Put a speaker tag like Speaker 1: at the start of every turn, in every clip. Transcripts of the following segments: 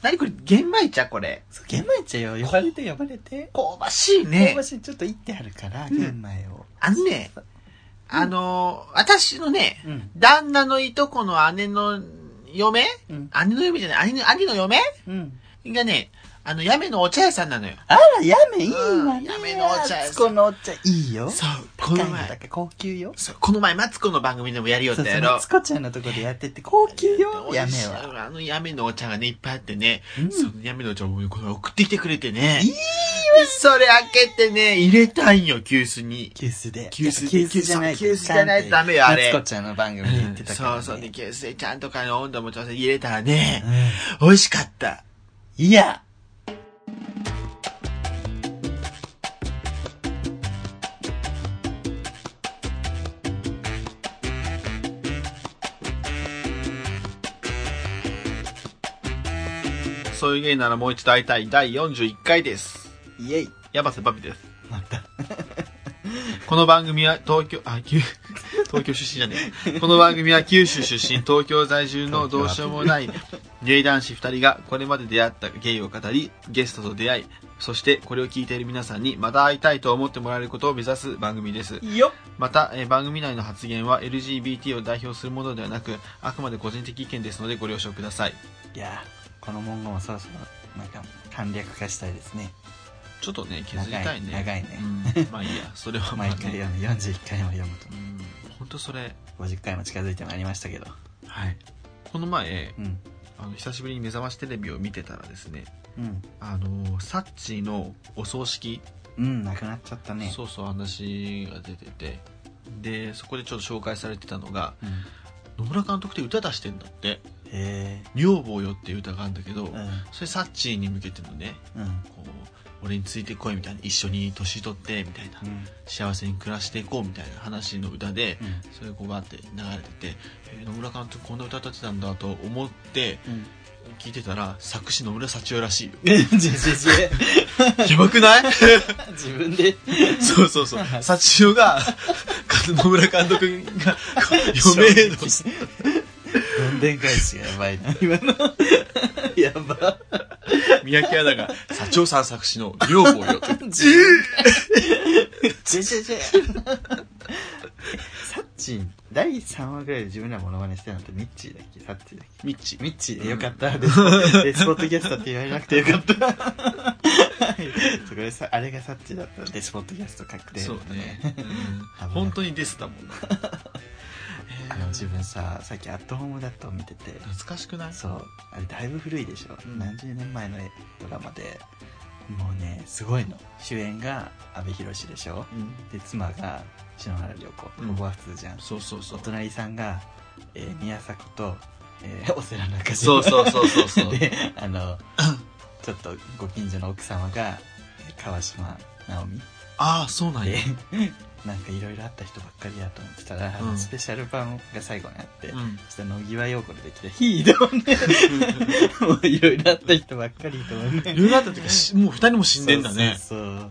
Speaker 1: 何これ玄米茶これ。
Speaker 2: そう玄米茶よ呼ばれて呼ばれて
Speaker 1: 香ばしい
Speaker 2: 香
Speaker 1: ね
Speaker 2: ば。しいちょっといってあるから
Speaker 1: うん
Speaker 2: 玄米を
Speaker 1: あのね、あのー私のね、
Speaker 2: うん
Speaker 1: 旦那のいとこの姉の嫁
Speaker 2: うん
Speaker 1: 姉の嫁じゃない、兄の兄の嫁
Speaker 2: うん
Speaker 1: がね、あの、やめのお茶屋さんなのよ。
Speaker 2: あらやめいいわ
Speaker 1: うん
Speaker 2: ね
Speaker 1: やめのお茶
Speaker 2: あつこのお茶いいよ
Speaker 1: そう、こ
Speaker 2: 高い
Speaker 1: の
Speaker 2: んだ
Speaker 1: 前、
Speaker 2: けど高級よ
Speaker 1: そう、この前、マツコの番組でもやりよっ
Speaker 2: そう
Speaker 1: た
Speaker 2: そ
Speaker 1: や
Speaker 2: うマ
Speaker 1: ろ
Speaker 2: ツ。コちゃんのとこでやってて高級よやめは
Speaker 1: は。あの、やめのお茶がね、いっぱいあってね、
Speaker 2: うん
Speaker 1: そのやめのお茶をこれ送ってきてくれてね。
Speaker 2: いいわ
Speaker 1: それ開けてね、入れたんよ、急須に。
Speaker 2: 急須で
Speaker 1: 急須
Speaker 2: やっぱじゃないと
Speaker 1: 急須じゃないとダメよあれ
Speaker 2: マツコちゃんの番組で言ってたから
Speaker 1: そう
Speaker 2: ね
Speaker 1: そう。で、急須でちゃんとかの温度も調整入れたらね、
Speaker 2: うん
Speaker 1: 美味しかった。
Speaker 2: いや
Speaker 1: そういう芸ならもう一度会いたい第41回です。
Speaker 2: イエイ
Speaker 1: 山瀬バビです。
Speaker 2: また
Speaker 1: この番組は東京、あ、九 東京出身じゃねえ。この番組は九州出身、東京在住のどうしようもない芸男子二人がこれまで出会った芸を語り、ゲストと出会い、そしてこれを聞いている皆さんにまた会いたいと思ってもらえることを目指す番組です。
Speaker 2: よ
Speaker 1: また、えー番組内の発言は LGBT を代表するものではなく、あくまで個人的意見ですのでご了承ください。
Speaker 2: いやこの文言もそろそろなんか簡略化したいですね
Speaker 1: ちょっとね、削りたいね。
Speaker 2: 長い長い
Speaker 1: うんまあいい や、それはまあ、
Speaker 2: 毎
Speaker 1: ね、
Speaker 2: 回読む41回も読むと
Speaker 1: うん、ほんとそれ、
Speaker 2: 50回も近づいてまいりましたけど
Speaker 1: はい。この前、
Speaker 2: うん
Speaker 1: あの久しぶりに目覚ましテレビを見てたらですね
Speaker 2: うん
Speaker 1: あのサッチーのお葬式、
Speaker 2: うんなくなっちゃったね
Speaker 1: そうそう話が出ててでそこでちょっと紹介されてたのが
Speaker 2: うん
Speaker 1: 野村監督って歌出してんだって
Speaker 2: へえ
Speaker 1: 「女房よ」っていう歌があるんだけど、
Speaker 2: う
Speaker 1: それサッチーに向けてのね
Speaker 2: んうん
Speaker 1: こう俺についてこいみたいな一緒に年取ってみたいな、
Speaker 2: うん
Speaker 1: 幸せに暮らしていこうみたいな話の歌で、
Speaker 2: うん
Speaker 1: それがこうバーって流れてて、えー野村監督こんな歌歌ってたんだと思って
Speaker 2: うん
Speaker 1: 聞いてたら作詞野村幸男らしいよ
Speaker 2: じゃじゃじゃ
Speaker 1: やばく ない
Speaker 2: 自分で
Speaker 1: そうそうそう。幸代が、野村監督が、余命の、
Speaker 2: どんでん返しがやばいな今の やば
Speaker 1: 三宅アナが、社長さん作詞の女房よ。
Speaker 2: 自分でじゃじゃじゃサッチン第3話ぐらいで自分らモノマネしてるのってミッチーだっけサッチーだっけ
Speaker 1: ミッチ。
Speaker 2: ミッチーでよかったです。で、スポットキャストって言われなくてよか った。そこでさ、あれがサッチだった。で、スポットキャスト確定。
Speaker 1: そうね。う
Speaker 2: 危なんい
Speaker 1: 本当にですだもん な。
Speaker 2: あの、自分さ、さっきアットホームだと見てて、
Speaker 1: 懐かしくない
Speaker 2: そう、あれだいぶ古いでしょ。
Speaker 1: うん
Speaker 2: 何十年前のドラマで、もうね、すごいの。主演が阿部寛でしょ。
Speaker 1: うん
Speaker 2: で、妻が篠原涼子。こ
Speaker 1: うん
Speaker 2: こは普通じゃん。
Speaker 1: そうそうそ
Speaker 2: お
Speaker 1: う。
Speaker 2: 隣さんが、えー宮迫と、えー、オセラ中島。
Speaker 1: そうそうそうそうそう。
Speaker 2: であの ちょっとご近所の奥様がえー川島直美
Speaker 1: ああ、そうなん
Speaker 2: で
Speaker 1: や。
Speaker 2: なんかいろいろあった人ばっかりやと思ってたら、あ
Speaker 1: う
Speaker 2: の
Speaker 1: ん
Speaker 2: スペシャル版が最後にあって、
Speaker 1: うん。
Speaker 2: そしたら乃木は陽子でできて「 ひどいね」もういろいろあった人ばっかりと思う
Speaker 1: い
Speaker 2: ね
Speaker 1: ろいろあった時は し、もう二人も死んでんだね。
Speaker 2: そうそう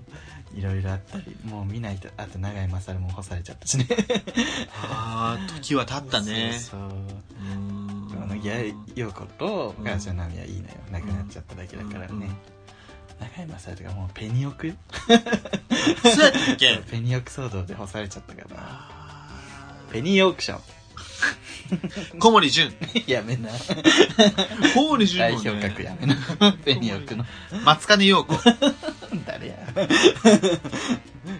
Speaker 2: そういろいろあったりもう見ないとあと永井勝も干されちゃったしね
Speaker 1: ああ、時は経ったね。
Speaker 2: そうそう
Speaker 1: うーん
Speaker 2: でも乃木は陽子と
Speaker 1: うん
Speaker 2: 川島直美はいいのよ亡くなっちゃっただけだからね、
Speaker 1: うんうん
Speaker 2: 中山さんとかもうペニオク
Speaker 1: そうやったっけ
Speaker 2: ペニオク騒動で干されちゃったから
Speaker 1: あ
Speaker 2: ペニオークション
Speaker 1: ー小森純。
Speaker 2: やめな
Speaker 1: 小森
Speaker 2: 代
Speaker 1: 純もね
Speaker 2: 表格やめなペニオクの
Speaker 1: 松金陽子。
Speaker 2: 誰や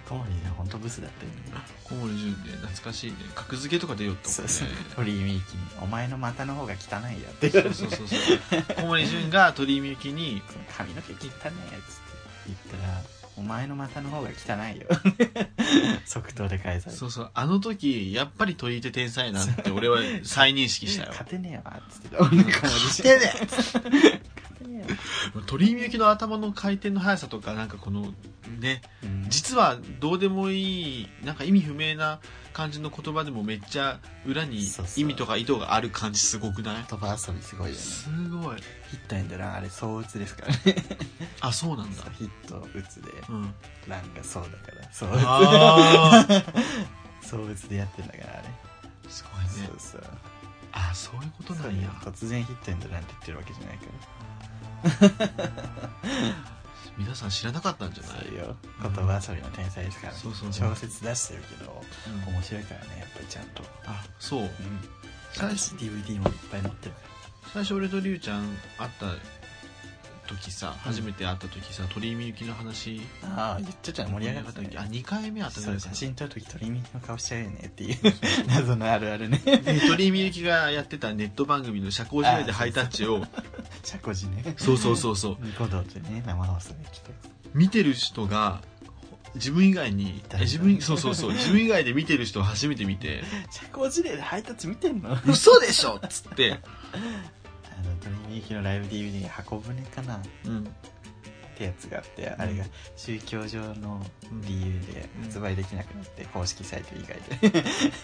Speaker 2: コモリね本当ブスだったよね
Speaker 1: 小森純ね、懐かしいね。格付けとか出よったもん
Speaker 2: そう
Speaker 1: ね。
Speaker 2: そう鳥居みゆきに「お前の股の方が汚いよ」って言
Speaker 1: そう
Speaker 2: われて
Speaker 1: そうそうそう。小森純が鳥居みゆきに、
Speaker 2: 髪の毛汚いやつって言ったら「お前の股の方が汚いよ」 即答で返されて
Speaker 1: そうそう、あの時、やっぱり鳥居って天才なんて俺は再認識したよ。
Speaker 2: 勝てねえわっつってた俺の顔 で
Speaker 1: 勝てね
Speaker 2: 勝てねえわ
Speaker 1: 鳥居みゆきの頭の回転の速さとか、なんかこの、ね、
Speaker 2: うん
Speaker 1: 実はどうでもいい、なんか意味不明な感じの言葉でもめっちゃ裏に
Speaker 2: そうそ
Speaker 1: 意
Speaker 2: う
Speaker 1: 味とか意図がある感じすごくない
Speaker 2: 言葉遊びすごいよね
Speaker 1: すごい。
Speaker 2: ヒットエンドランあれ総打つですからね
Speaker 1: あ、そうなんだ。
Speaker 2: ヒット打つで
Speaker 1: うん。
Speaker 2: ランがそうだから総
Speaker 1: あ
Speaker 2: 打つ総打つでやってんだからあれ
Speaker 1: ーすごいね
Speaker 2: そうそう
Speaker 1: あそういうこと
Speaker 2: そ
Speaker 1: な
Speaker 2: うんね
Speaker 1: や
Speaker 2: 突然ヒットエンドランって言ってるわけじゃないから
Speaker 1: 皆さん知らなかったんじゃない
Speaker 2: そうよ言葉遊びの天才ですから、
Speaker 1: そうそうそう
Speaker 2: 小説出してるけど
Speaker 1: うん
Speaker 2: 面白いからねやっぱりちゃんと、
Speaker 1: あそう
Speaker 2: うん、
Speaker 1: 最
Speaker 2: 私 DVD もいっぱい持ってるか
Speaker 1: 最初俺とりゅうちゃん会った時さ初めて会った時さ鳥居みゆきの話
Speaker 2: らああ言っちゃったら盛り上がったんだけ
Speaker 1: あ2回目会った
Speaker 2: そ
Speaker 1: 時
Speaker 2: う
Speaker 1: か
Speaker 2: 写真撮るとき鳥耳の顔しちゃうよねっていう 謎のあるあるね
Speaker 1: で鳥居みゆきがやってたネット番組の社交辞令でハイタッチを
Speaker 2: 社交辞ね
Speaker 1: そうそうそうそう
Speaker 2: ニコ動でね生放送で来て
Speaker 1: 見てる人が自分以外にえ
Speaker 2: 誰だ
Speaker 1: 自分そうそうそう自分以外で見てる人を初めて見 て
Speaker 2: 社交辞令で配達見てんのあの
Speaker 1: 嘘でしょっつって、
Speaker 2: 鳥耳のライブ DVD が箱舟かなっ
Speaker 1: うん、
Speaker 2: てやつがあってあれが宗教上の理由で発売できなくなって公式サイト以外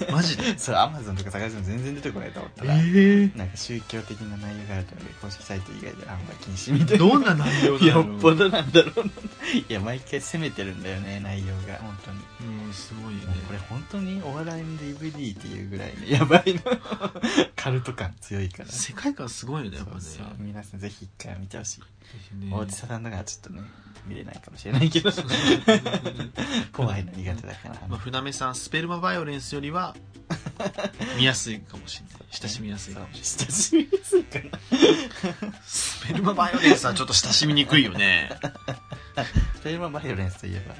Speaker 2: で
Speaker 1: マジで
Speaker 2: それアマゾンとか探しても全然出てこないと思ったら、
Speaker 1: え
Speaker 2: なんか宗教的な内容があるというので公式サイト以外で販売禁止みた
Speaker 1: え
Speaker 2: いな
Speaker 1: どんな内 容な
Speaker 2: よ
Speaker 1: の
Speaker 2: っぽどなんだろう ないや毎回攻めてるんだよね内容が本当に
Speaker 1: うんすごいよね
Speaker 2: もうこれ本当にお笑いの DVD っていうぐらいねやばいのカルト感強いから
Speaker 1: 世界観すごいよねやっぱ
Speaker 2: そう
Speaker 1: ね
Speaker 2: そう皆さんぜひ一回は見てほしい、
Speaker 1: ね
Speaker 2: 大地さんとかはちょっとね見れないかもしれないけど怖いの苦手だから、
Speaker 1: まあ、船目さんスペルマバイオレンスよりは見やすいかもしれない親しみやすいかもしれない
Speaker 2: 親しみやすいかな
Speaker 1: スペルマバイオレンスはちょっと親しみにくいよね
Speaker 2: スペルマバイオレンスといえば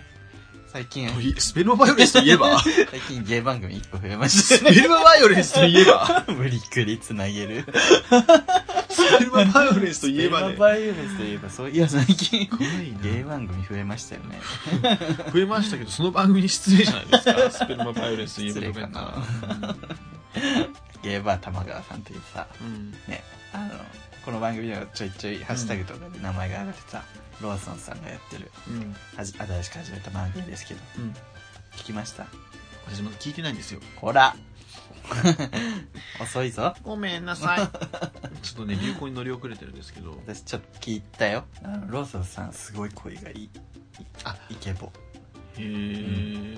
Speaker 2: 最近
Speaker 1: といスペルマバイオレンスといえば
Speaker 2: 最近芸番組1個増えまし
Speaker 1: ス
Speaker 2: た
Speaker 1: ペ
Speaker 2: ね
Speaker 1: ルマバイオレンスといえば
Speaker 2: 無理くりつなげる
Speaker 1: スペルマバイオレンスといえば
Speaker 2: スペ
Speaker 1: ね
Speaker 2: ルマバイオレンスといえばそういや最近
Speaker 1: 怖い
Speaker 2: 芸
Speaker 1: な
Speaker 2: 番組増えましたよね
Speaker 1: 増えましたけどその番組に失礼じゃないですかスペルマバイオレンスといえば
Speaker 2: 失礼かなゲーバー玉川さんというさ
Speaker 1: うん
Speaker 2: ねあのこの番組ではちょいちょいハッシュタグとかで名前が上がってた、ローソンさんがやってる
Speaker 1: うん
Speaker 2: はじ新しく始めた番組ですけど
Speaker 1: うん
Speaker 2: 聞きました
Speaker 1: 私まだ聞いてないんですよ
Speaker 2: ほら 遅いぞ
Speaker 1: ごめんなさいちょっとね流行に乗り遅れてるんですけど
Speaker 2: 私ちょっと聞いたよあのローソンさんすごい声がいい
Speaker 1: あ
Speaker 2: イケボ
Speaker 1: へえ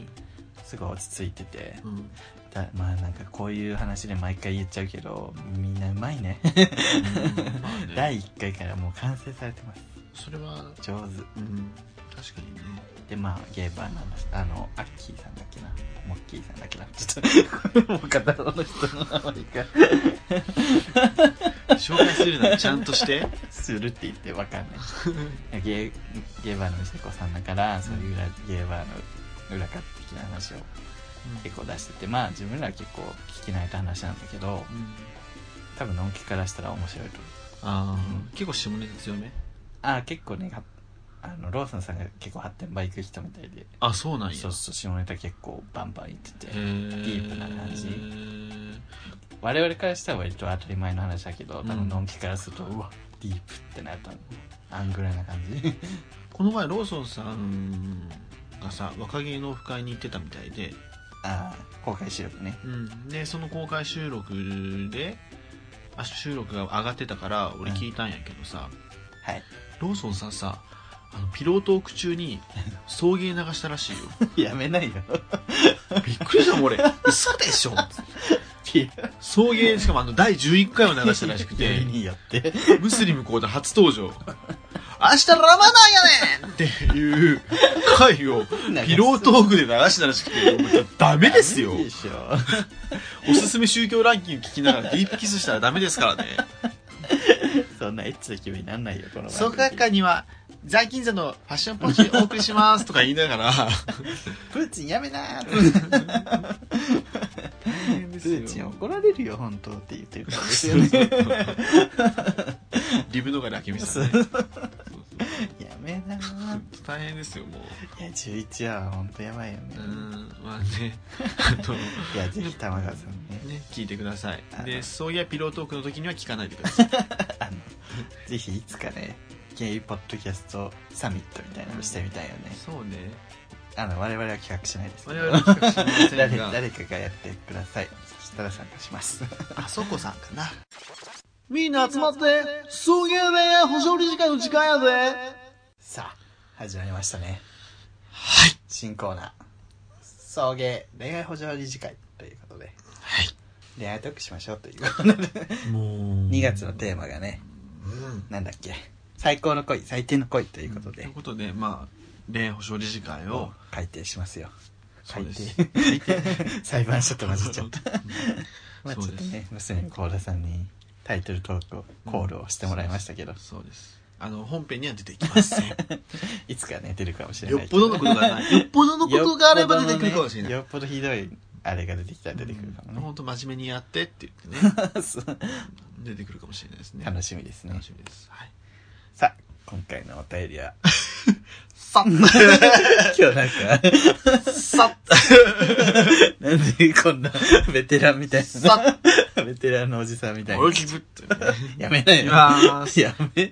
Speaker 2: すごい落ち着いてて
Speaker 1: うん
Speaker 2: だまあなんかこういう話で毎回言っちゃうけどみんなうまいね
Speaker 1: まあね
Speaker 2: 第1回からもう完成されてます
Speaker 1: それは
Speaker 2: 上
Speaker 1: う
Speaker 2: 手
Speaker 1: ん確かにね
Speaker 2: でまあゲーバーなんだあのアッキーさんだっけなモッキーさんだっ けなちょっともう片方の人の名前が
Speaker 1: 紹介するならちゃんとして
Speaker 2: するって言ってわかん ないゲーゲーバーの店子さんだからそういう裏ゲーバーの裏方的な話を結構出しててまあ自分らは結構聞き慣れた話なんだけど
Speaker 1: うん
Speaker 2: 多分のんきからしたら面白いと思う
Speaker 1: ああ結構下ネタ強め
Speaker 2: ああ結構ねはあのローソンさんが結構発展バイク人みたいで
Speaker 1: あそうなんや
Speaker 2: そうそう下ネタ結構バンバン言ってて
Speaker 1: へえ
Speaker 2: ディープな感じ我々からしたら割と当たり前の話だけど多
Speaker 1: うん
Speaker 2: 分のんきからすると、うわディープってなったのあんぐらいな感じ
Speaker 1: この前ローソンさんがさ若芸能オフ会に行ってたみたいで、
Speaker 2: ああ公開収録ね
Speaker 1: うん、でその公開収録であ収録が上がってたから俺聞いたんやけどさ、
Speaker 2: はい
Speaker 1: ローソンさんさあのピロートーク中に送迎流したらしいよ
Speaker 2: やめないよ
Speaker 1: びっくりしたもん俺嘘でしょ
Speaker 2: ピ
Speaker 1: 送迎しかもあの第11回を流したらしく
Speaker 2: や
Speaker 1: て
Speaker 2: りにやって
Speaker 1: ムスリム講座初登場明日ラマダンやねんっていう回をピロートークで流したらしくてもうダメですよ
Speaker 2: ダメでしょ
Speaker 1: おすすめ宗教ランキング聞きながらディープキスしたらダメですからね
Speaker 2: そんなエッチな気分になんないよこの番組
Speaker 1: 創価学会には在金座のファッションポーチお送りしますとか言いながら
Speaker 2: プーチンやめなーってプーチン怒 られるよ本当って言ってるからですよね
Speaker 1: リブノガリ明美さんね
Speaker 2: やめなーって
Speaker 1: 大変ですよもう
Speaker 2: いや11話は本当やばいよね、
Speaker 1: うんまあねあの
Speaker 2: いやぜひ玉川さんね
Speaker 1: ね聞いてください
Speaker 2: あの
Speaker 1: でそういやピロートークの時には聞かないでください
Speaker 2: あの、ぜひいつかね、ゲイポッドキャストサミットみたいなのしてみたいよね。
Speaker 1: そうね
Speaker 2: あの、我々は企画しないですけ
Speaker 1: 我
Speaker 2: ど。
Speaker 1: 々は企画しませ
Speaker 2: 誰
Speaker 1: んが
Speaker 2: 誰かがやってください。そしたら参加します。
Speaker 1: あそこさんかなみんな集まって送迎で保証理事会の時間やで
Speaker 2: さあ、始まりましたね。
Speaker 1: はい
Speaker 2: 新コーナー。送迎恋愛補助理事会ということで、
Speaker 1: は
Speaker 2: 恋愛トークしましょうということで、
Speaker 1: いもう
Speaker 2: 2月のテーマがね、
Speaker 1: うん
Speaker 2: なんだっけ。最高の恋最低の恋ということ
Speaker 1: とい
Speaker 2: で
Speaker 1: うことで、まあ、連保証理事会を、
Speaker 2: 改定しますよ
Speaker 1: そうです
Speaker 2: 改定 裁判所と混じっちゃったまあちょ
Speaker 1: そう
Speaker 2: っと
Speaker 1: です
Speaker 2: ね娘の幸田さんにタイトルトークをコールをしてもらいましたけど、
Speaker 1: そうです。あの、本編には出てきません。
Speaker 2: いつかね出るかもしれ
Speaker 1: よ
Speaker 2: な
Speaker 1: っ
Speaker 2: い
Speaker 1: ぽどのことがない。よっぽどのことがあれば出てくるかもしれない。
Speaker 2: よっぽどねよっぽどひどいあれが出てきたら出てくるかもね、
Speaker 1: 本当真面目にやってって言ってね
Speaker 2: そう
Speaker 1: 出てくるかもしれないですね
Speaker 2: 楽しみですね
Speaker 1: 楽しみですはい
Speaker 2: さあ今回のお便りは
Speaker 1: さ
Speaker 2: 今日なんか
Speaker 1: っ さっ
Speaker 2: なんでこんなベテランみたい
Speaker 1: さ
Speaker 2: なベテランのおじさんみたい
Speaker 1: っ
Speaker 2: な
Speaker 1: おきぶってね
Speaker 2: やめないよ
Speaker 1: やー
Speaker 2: やめ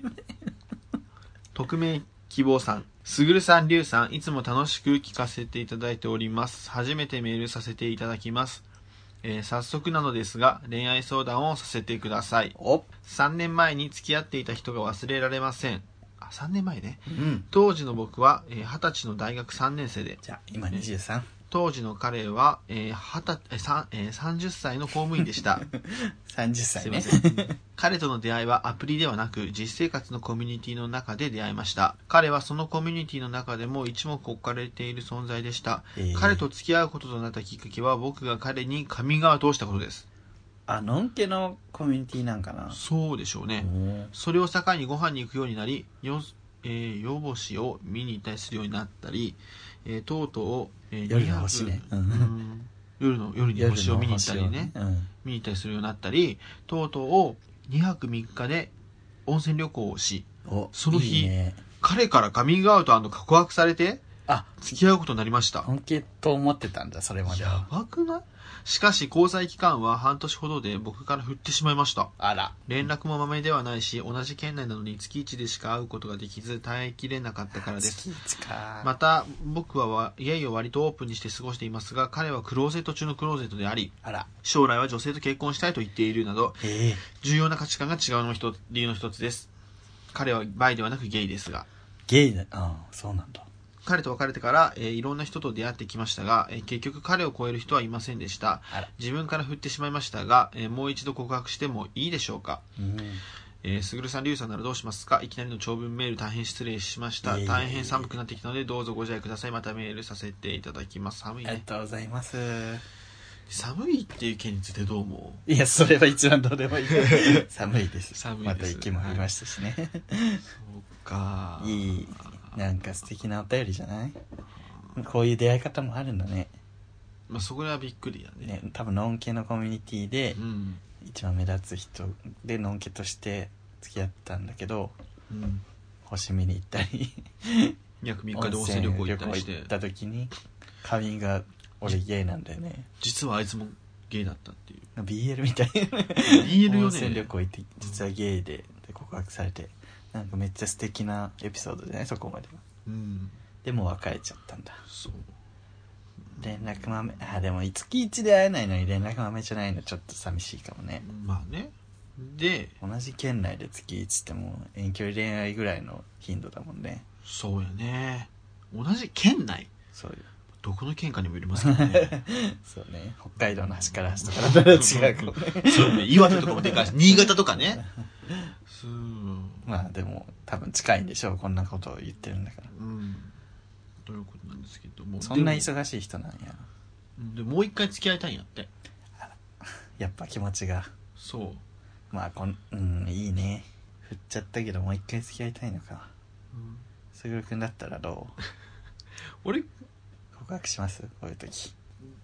Speaker 1: 匿名希望さんすぐるさんりゅうさんいつも楽しく聞かせていただいております初めてメールさせていただきます、えー早速なのですが恋愛相談をさせてください
Speaker 2: お
Speaker 1: 3年前に付き合っていた人が忘れられませんあ3年前ね
Speaker 2: うん
Speaker 1: 当時の僕はえー二十、歳の大学3年生で
Speaker 2: じゃあ今23
Speaker 1: 当時の彼は、えー、20えーさんえー30歳の公務員でした。
Speaker 2: 30
Speaker 1: す
Speaker 2: 歳
Speaker 1: い
Speaker 2: ね
Speaker 1: ません。 彼との出会いはアプリではなく、実生活のコミュニティの中で出会いました。彼はそのコミュニティの中でも一目置かれている存在でした。
Speaker 2: えー
Speaker 1: 彼と付き合うこととなったきっかけは、僕が彼にカミングアウトをしたことです。
Speaker 2: あのんけのコミュニティなんかな
Speaker 1: そうでしょうね。
Speaker 2: おー
Speaker 1: それを境にご飯に行くようになり、よえー夜星を見に行ったりするようになったり、えーとうとう、えー
Speaker 2: 夜の星ね
Speaker 1: 200
Speaker 2: うん
Speaker 1: うん夜の夜に星を見に行ったりね、
Speaker 2: 夜の星をうん
Speaker 1: 見に行ったりするようになったりとうとうを2泊3日で温泉旅行をし
Speaker 2: お
Speaker 1: その日
Speaker 2: いいね
Speaker 1: 彼からカミングアウト告白されて
Speaker 2: あ
Speaker 1: 付き合うことになりました
Speaker 2: 本気と思ってたんだそれまで
Speaker 1: や
Speaker 2: は
Speaker 1: ばくないしかし交際期間は半年ほどで僕から振ってしまいました
Speaker 2: あら
Speaker 1: 連絡もまめではないし同じ県内なのに月1でしか会うことができず耐えきれなかったからです
Speaker 2: 月一か
Speaker 1: また僕はわ家を割とオープンにして過ごしていますが彼はクローゼット中のクローゼットであり
Speaker 2: あら
Speaker 1: 将来は女性と結婚したいと言っているなど
Speaker 2: ええ
Speaker 1: 重要な価値観が違うの一つ理由の一つです彼はバイではなくゲイですが
Speaker 2: ゲイだああそうなんだ
Speaker 1: 彼と別れてから、えーいろんな人と出会ってきましたが、えー結局彼を超える人はいませんでした
Speaker 2: あら
Speaker 1: 自分から振ってしまいましたが、えーもう一度告白してもいいでしょうか
Speaker 2: うん
Speaker 1: えーすぐるさんりゅうさんならどうしますかいきなりの長文メール大変失礼しました
Speaker 2: いえいえいえ
Speaker 1: 大変寒くなってきたのでどうぞご自愛くださいまたメールさせていただきます寒い
Speaker 2: ありが
Speaker 1: ね
Speaker 2: とうございます
Speaker 1: 寒いっていう件についてどう思
Speaker 2: いやそれは一番どうでも いい寒いです
Speaker 1: 寒いです
Speaker 2: また息もありましたしね
Speaker 1: うそうか
Speaker 2: いいなんか素敵なお便りじゃないこういう出会い方もあるんだね
Speaker 1: まあ、そこらはびっくりだね
Speaker 2: ね多分のんけのコミュニティで
Speaker 1: うん、
Speaker 2: 一番目立つ人でのんけとして付き合ったんだけど
Speaker 1: うん
Speaker 2: 星見に行ったり
Speaker 1: 約3日で温泉旅行行ったりし
Speaker 2: 温泉旅行
Speaker 1: て
Speaker 2: 行った時にカミングアウト俺ゲイなんだよね
Speaker 1: 実はあいつもゲイだったっていう
Speaker 2: BL みたいな
Speaker 1: BL
Speaker 2: 温
Speaker 1: よ
Speaker 2: 泉旅
Speaker 1: ね
Speaker 2: 行行って実はゲイでで告白されてなんかめっちゃ素敵なエピソードじゃないそこまでは
Speaker 1: うん
Speaker 2: でも別れちゃったんだ
Speaker 1: そう
Speaker 2: 連絡豆あでも月一で会えないのに連絡豆じゃないのちょっと寂しいかもね
Speaker 1: まあねで
Speaker 2: 同じ県内で月一ってもう遠距離恋愛ぐらいの頻度だもんね
Speaker 1: そうやね同じ県内
Speaker 2: そういう
Speaker 1: どこの県かにもよりますけど ね
Speaker 2: そうね北海道の端から端とかだったら違うかも ね
Speaker 1: そうね岩手とかもでかいし新潟とかねそう
Speaker 2: まあでも多分近いんでしょうこんなことを言ってるんだから
Speaker 1: うんということなんですけども
Speaker 2: そんな
Speaker 1: でも
Speaker 2: 忙しい人なんや
Speaker 1: うんでもう一回付き合いたいんやって
Speaker 2: やっぱ気持ちが
Speaker 1: そう
Speaker 2: まあこんうんいいね振っちゃったけどもう一回付き合いたいのか
Speaker 1: うん
Speaker 2: すぐるくんだったらどう
Speaker 1: 俺
Speaker 2: 告白しますこういう時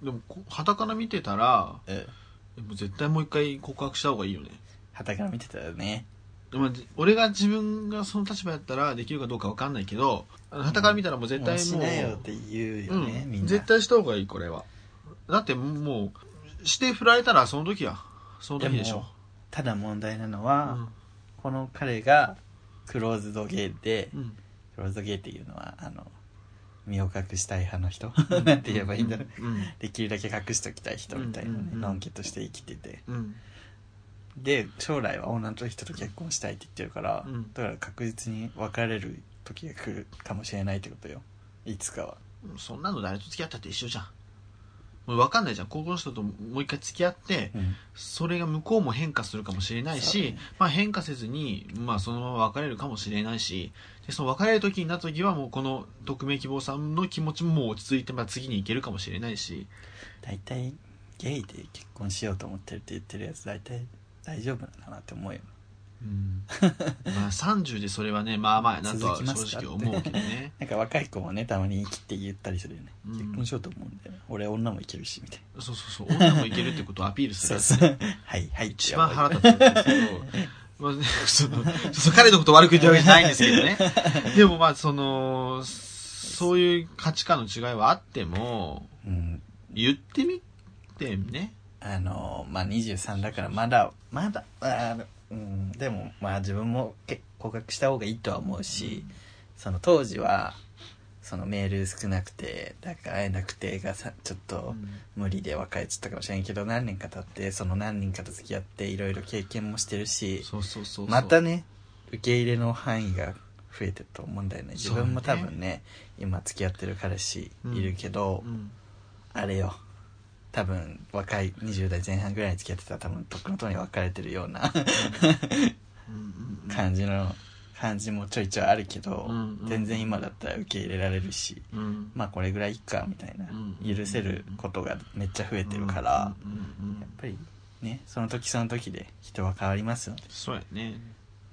Speaker 1: でもはたから見てたら
Speaker 2: うん
Speaker 1: でも絶対もう一回告白した方がいいよね
Speaker 2: はたから見てたらね
Speaker 1: まあ、じ俺が自分がその立場やったらできるかどうかわかんないけどはたから見たらもう絶対
Speaker 2: もうし
Speaker 1: もう
Speaker 2: なよって言うよね、
Speaker 1: うん
Speaker 2: みんな
Speaker 1: 絶対した方がいいこれはだってもうして振られたらその時やその時でしょ
Speaker 2: ただ問題なの
Speaker 1: う
Speaker 2: は、
Speaker 1: ん
Speaker 2: この彼がクローズドゲイで、
Speaker 1: うん
Speaker 2: クローズドゲイっていうのはあの身を隠したい派の人 なんて言えばいいんだろう、
Speaker 1: うん
Speaker 2: できるだけ隠しときたい人みたいなね、
Speaker 1: うんうんうん
Speaker 2: のんけとして生きてて
Speaker 1: うん
Speaker 2: で将来は女の人と結婚したいって言ってるから、
Speaker 1: うん
Speaker 2: だから確実に別れる時が来るかもしれないってことよいつかは
Speaker 1: そんなの誰と付き合ったって一緒じゃんもう分かんないじゃん高校の人ともう一回付き合って
Speaker 2: うん
Speaker 1: それが向こうも変化するかもしれない
Speaker 2: そう
Speaker 1: し、
Speaker 2: ね
Speaker 1: まあ、変化せずに、まあ、そのまま別れるかもしれないしでその別れる時になった時はもうこの匿名希望さんの気持ちももう落ち着いて、まあ、次に行けるかもしれないし
Speaker 2: 大体ゲイで結婚しようと思ってるって言ってるやつ大体大丈夫なのかなって思うよ
Speaker 1: うんまあ30でそれはねまあまあやなとは
Speaker 2: 続きます
Speaker 1: 正
Speaker 2: か
Speaker 1: 直思うけどね
Speaker 2: なんか若い子もねたまに生きって言ったりするよね、
Speaker 1: うん
Speaker 2: 結婚しようと思うんだよね俺女もいけるしみたいな
Speaker 1: そうそうそう女もいけるってことをアピールする
Speaker 2: そ
Speaker 1: や
Speaker 2: う
Speaker 1: つ
Speaker 2: そうはいはい
Speaker 1: 一番腹立つんですけど、まあね、 そのその彼のこと悪く言ってるわけじゃないんですけ どね。でもまあ、その、そういう価値観の違いはあっても、
Speaker 2: うん
Speaker 1: 言ってみてね。
Speaker 2: あのまあ23だからまだまだあーうんでもまあ自分も結構告白した方がいいとは思うし、その当時はそのメール少なくてだから会えなくてがさちょっと無理で別れちゃったかもしれんけど何年か経ってその何人かと付き合っていろいろ経験もしてるし
Speaker 1: そうそうそうそう。
Speaker 2: またね受け入れの範囲が増えてると思うんだよね自分も多
Speaker 1: そ
Speaker 2: 分
Speaker 1: う
Speaker 2: ね今付き合ってる彼氏いるけど、
Speaker 1: うん。
Speaker 2: あれよ多分若い20代前半ぐらいに付き合ってたら多分とっくのとうに別れてるような
Speaker 1: うんうんうん
Speaker 2: 感じの感じもちょいちょいあるけど、
Speaker 1: うんうん
Speaker 2: 全然今だったら受け入れられるし
Speaker 1: うん
Speaker 2: まあこれぐらいいっかみたいな
Speaker 1: うん
Speaker 2: 許せることがめっちゃ増えてるから、
Speaker 1: うんうんうん
Speaker 2: やっぱりねその時その時で人は変わりますので
Speaker 1: そうやね。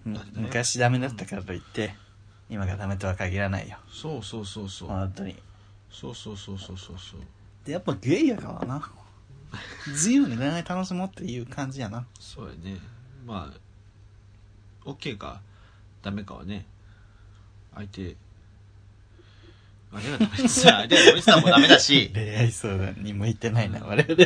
Speaker 2: む
Speaker 1: だってね
Speaker 2: 昔ダメだったからといって今がダメとは限らないよ
Speaker 1: そうそうそうそう。
Speaker 2: 本当に
Speaker 1: そうそうそうそうそうそう。
Speaker 2: でやっぱゲイやからな自由に恋愛楽しもうっていう感じやな
Speaker 1: そうやね。まあ、OK か、ダメかはね、相手、あれはダメです。相手はこいつらもダメだし。
Speaker 2: 恋愛相談に向いてないな我々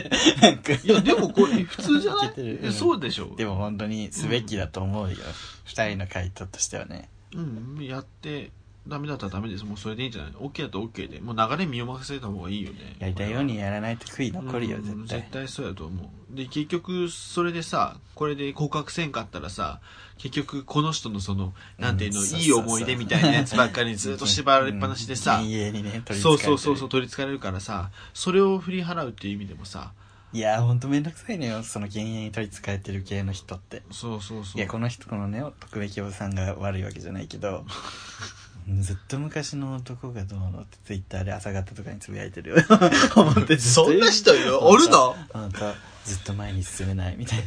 Speaker 2: なんか
Speaker 1: いや、でもこれ普通じゃない
Speaker 2: けてる
Speaker 1: いやそうでしょ。
Speaker 2: でも本当にすべきだと思うよ、二人の回答としてはね
Speaker 1: うん、やって、ダメだったらダメです。もうそれでいいんじゃない ?OK だったら OK で。もう流れ身を任せた方がいいよね。
Speaker 2: やりたいようにやらないと悔い残るよ
Speaker 1: うん
Speaker 2: 絶対
Speaker 1: 絶対そうやと思うで結局それでさこれで告白せんかったらさ結局この人のそのなんていうの、
Speaker 2: うんそう
Speaker 1: い
Speaker 2: そう
Speaker 1: い
Speaker 2: そう
Speaker 1: 思い出みたいなやつばっかりにずっと縛られっぱなしでさ、
Speaker 2: うん永遠にね取り
Speaker 1: そう
Speaker 2: つかれてる
Speaker 1: そうそうそう取りつかれるからさそれを振り払うっていう意味でもさ
Speaker 2: いやほんとめんどくさいのよその永遠に取りつかれてる系の人って
Speaker 1: そうそうそう
Speaker 2: いやこの人このね特別おばさんが悪いわけじゃないけ どずっと昔の男がどうのってツイッターで朝方とかにつぶやい てるよ思ってずっと
Speaker 1: そんな人いるおるの
Speaker 2: あんたずっと前に進めないみたい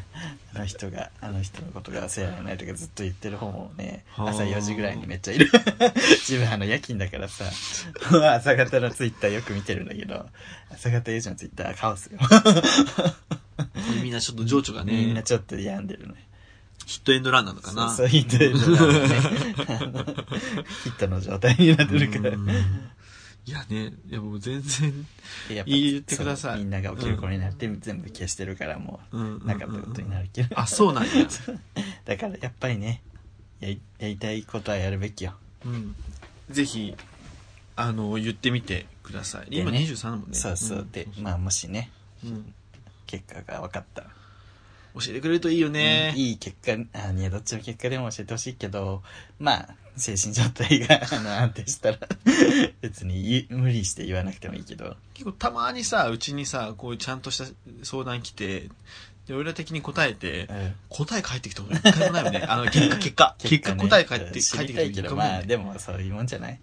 Speaker 2: なあの人があの人のことが忘れられないとかずっと言ってる方もね
Speaker 1: はあ
Speaker 2: 朝4時ぐらいにめっち ゃいる自分あの夜勤だからさ朝方のツイッターよく見てるんだけど朝方4時のツイッターカオスよ、
Speaker 1: みんなちょっと情緒が
Speaker 2: みんな
Speaker 1: ね
Speaker 2: ちょっと病んでるね
Speaker 1: ヒットエンドランなのかな
Speaker 2: そうそう、ヒットでしょ多分ねあのヒットの状態になってるから。
Speaker 1: うんいやねいやもう全然
Speaker 2: やっぱ
Speaker 1: 言ってください
Speaker 2: そうみんなが起きる子になって全部消してるからも
Speaker 1: うん
Speaker 2: う、なかったことになるけど。
Speaker 1: あそうなんや、
Speaker 2: だからやっぱりね、やりやりたいことはやるべきよ。
Speaker 1: うん、ぜひあの言ってみてください今
Speaker 2: でね
Speaker 1: 23だもんね
Speaker 2: そうそう。で、まあもしね、
Speaker 1: うん
Speaker 2: 結果が分かったら。
Speaker 1: 教えてくれるといいよね
Speaker 2: うんいい結果、あいや、どっちの結果でも教えてほしいけど、まあ、精神状態があの安定したら、別に言う無理して言わなくてもいいけど、
Speaker 1: 結構たまにさうちにさこういうちゃんとした相談来てで俺ら的に答えて
Speaker 2: うん
Speaker 1: 答え返ってきたこと一回もないよね あの結果結果結果,、
Speaker 2: ね
Speaker 1: 答え返って
Speaker 2: 知
Speaker 1: 返って
Speaker 2: り
Speaker 1: き
Speaker 2: た
Speaker 1: たこと一回
Speaker 2: いけど
Speaker 1: もな
Speaker 2: まあ
Speaker 1: いよね
Speaker 2: でもそういうもんじゃない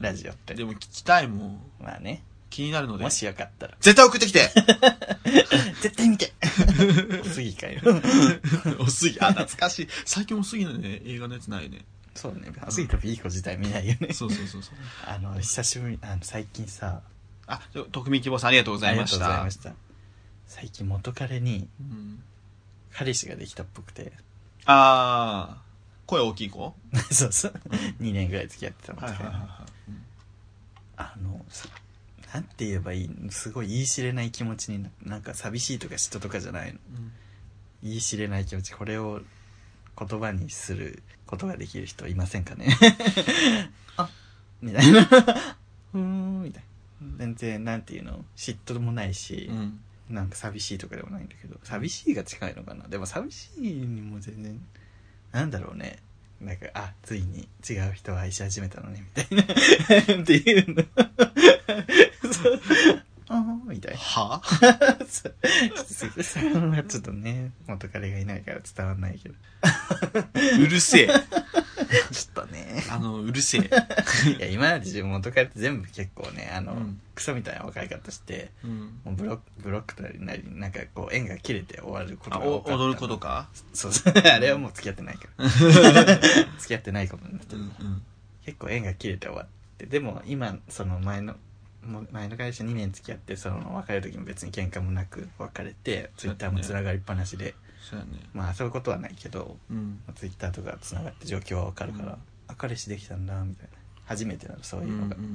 Speaker 2: ラジオって
Speaker 1: でも聞きたいもん
Speaker 2: まあね
Speaker 1: 気になるので
Speaker 2: もしよかっ たら
Speaker 1: 絶対送ってきて
Speaker 2: 絶対見て 次 かよ
Speaker 1: おすぎあ懐かしい最近おすぎのね映画のやつないよね
Speaker 2: そうね杉田ピーコ自体見ないよね
Speaker 1: そうそうそうそう
Speaker 2: あの久しぶりあの最近さ
Speaker 1: あでも徳見希望さんありがとうございまし
Speaker 2: ありがとうござい
Speaker 1: た
Speaker 2: ました最近元彼に
Speaker 1: うん
Speaker 2: 彼氏ができたっぽくて
Speaker 1: ああ声大きい子
Speaker 2: そうそう2年ぐらい付き合ってた元
Speaker 1: はい
Speaker 2: 彼
Speaker 1: はいはいは
Speaker 2: あのさなんて言えばいいのすごい言い知れない気持ちにななんか寂しいとか嫉妬とかじゃないの
Speaker 1: い、うん
Speaker 2: 言い知れない気持ちこれを言葉にすることができる人いませんかねあみたいな うーんみたいな全然なんていうの嫉妬もないし、
Speaker 1: うん
Speaker 2: なんか寂しいとかでもないんだけど寂しいが近いのかなでも寂しいにも全然なんだろうねなんかあついに違う人を愛し 始めたのねみたいなっていうのそうあーみみたいな。
Speaker 1: は
Speaker 2: そうちょっとそれはちょっとね、元彼がいないから伝わんないけど。
Speaker 1: うる せえ。
Speaker 2: ちょっとね。
Speaker 1: あの、うるせえ。
Speaker 2: いや、今まで自分元彼って全部結構ね、あの、
Speaker 1: うん
Speaker 2: クソみたいな若い方して、
Speaker 1: うん。
Speaker 2: もうブロック、ブロックなりなり、なんかこう、縁が切れて終わること
Speaker 1: あ、
Speaker 2: が多かった。
Speaker 1: お踊ること。か
Speaker 2: そうそう。 あれはもう付き合ってない から。付き合ってないことになって
Speaker 1: う
Speaker 2: る
Speaker 1: ん。うん。
Speaker 2: 結構縁が切れて終わってでも今その前のもう前の会社2年付き合ってその別れる時も別に喧嘩もなく別れてツイッターもつながりっぱなしで、
Speaker 1: そうやね。
Speaker 2: まあそういうことはないけど
Speaker 1: うん。
Speaker 2: ツイッターとかつながって状況は分かるから、
Speaker 1: うん
Speaker 2: あ彼氏できたんだみたいな初めてなのそううん
Speaker 1: う
Speaker 2: い
Speaker 1: ん
Speaker 2: う
Speaker 1: うん
Speaker 2: のが、
Speaker 1: うんう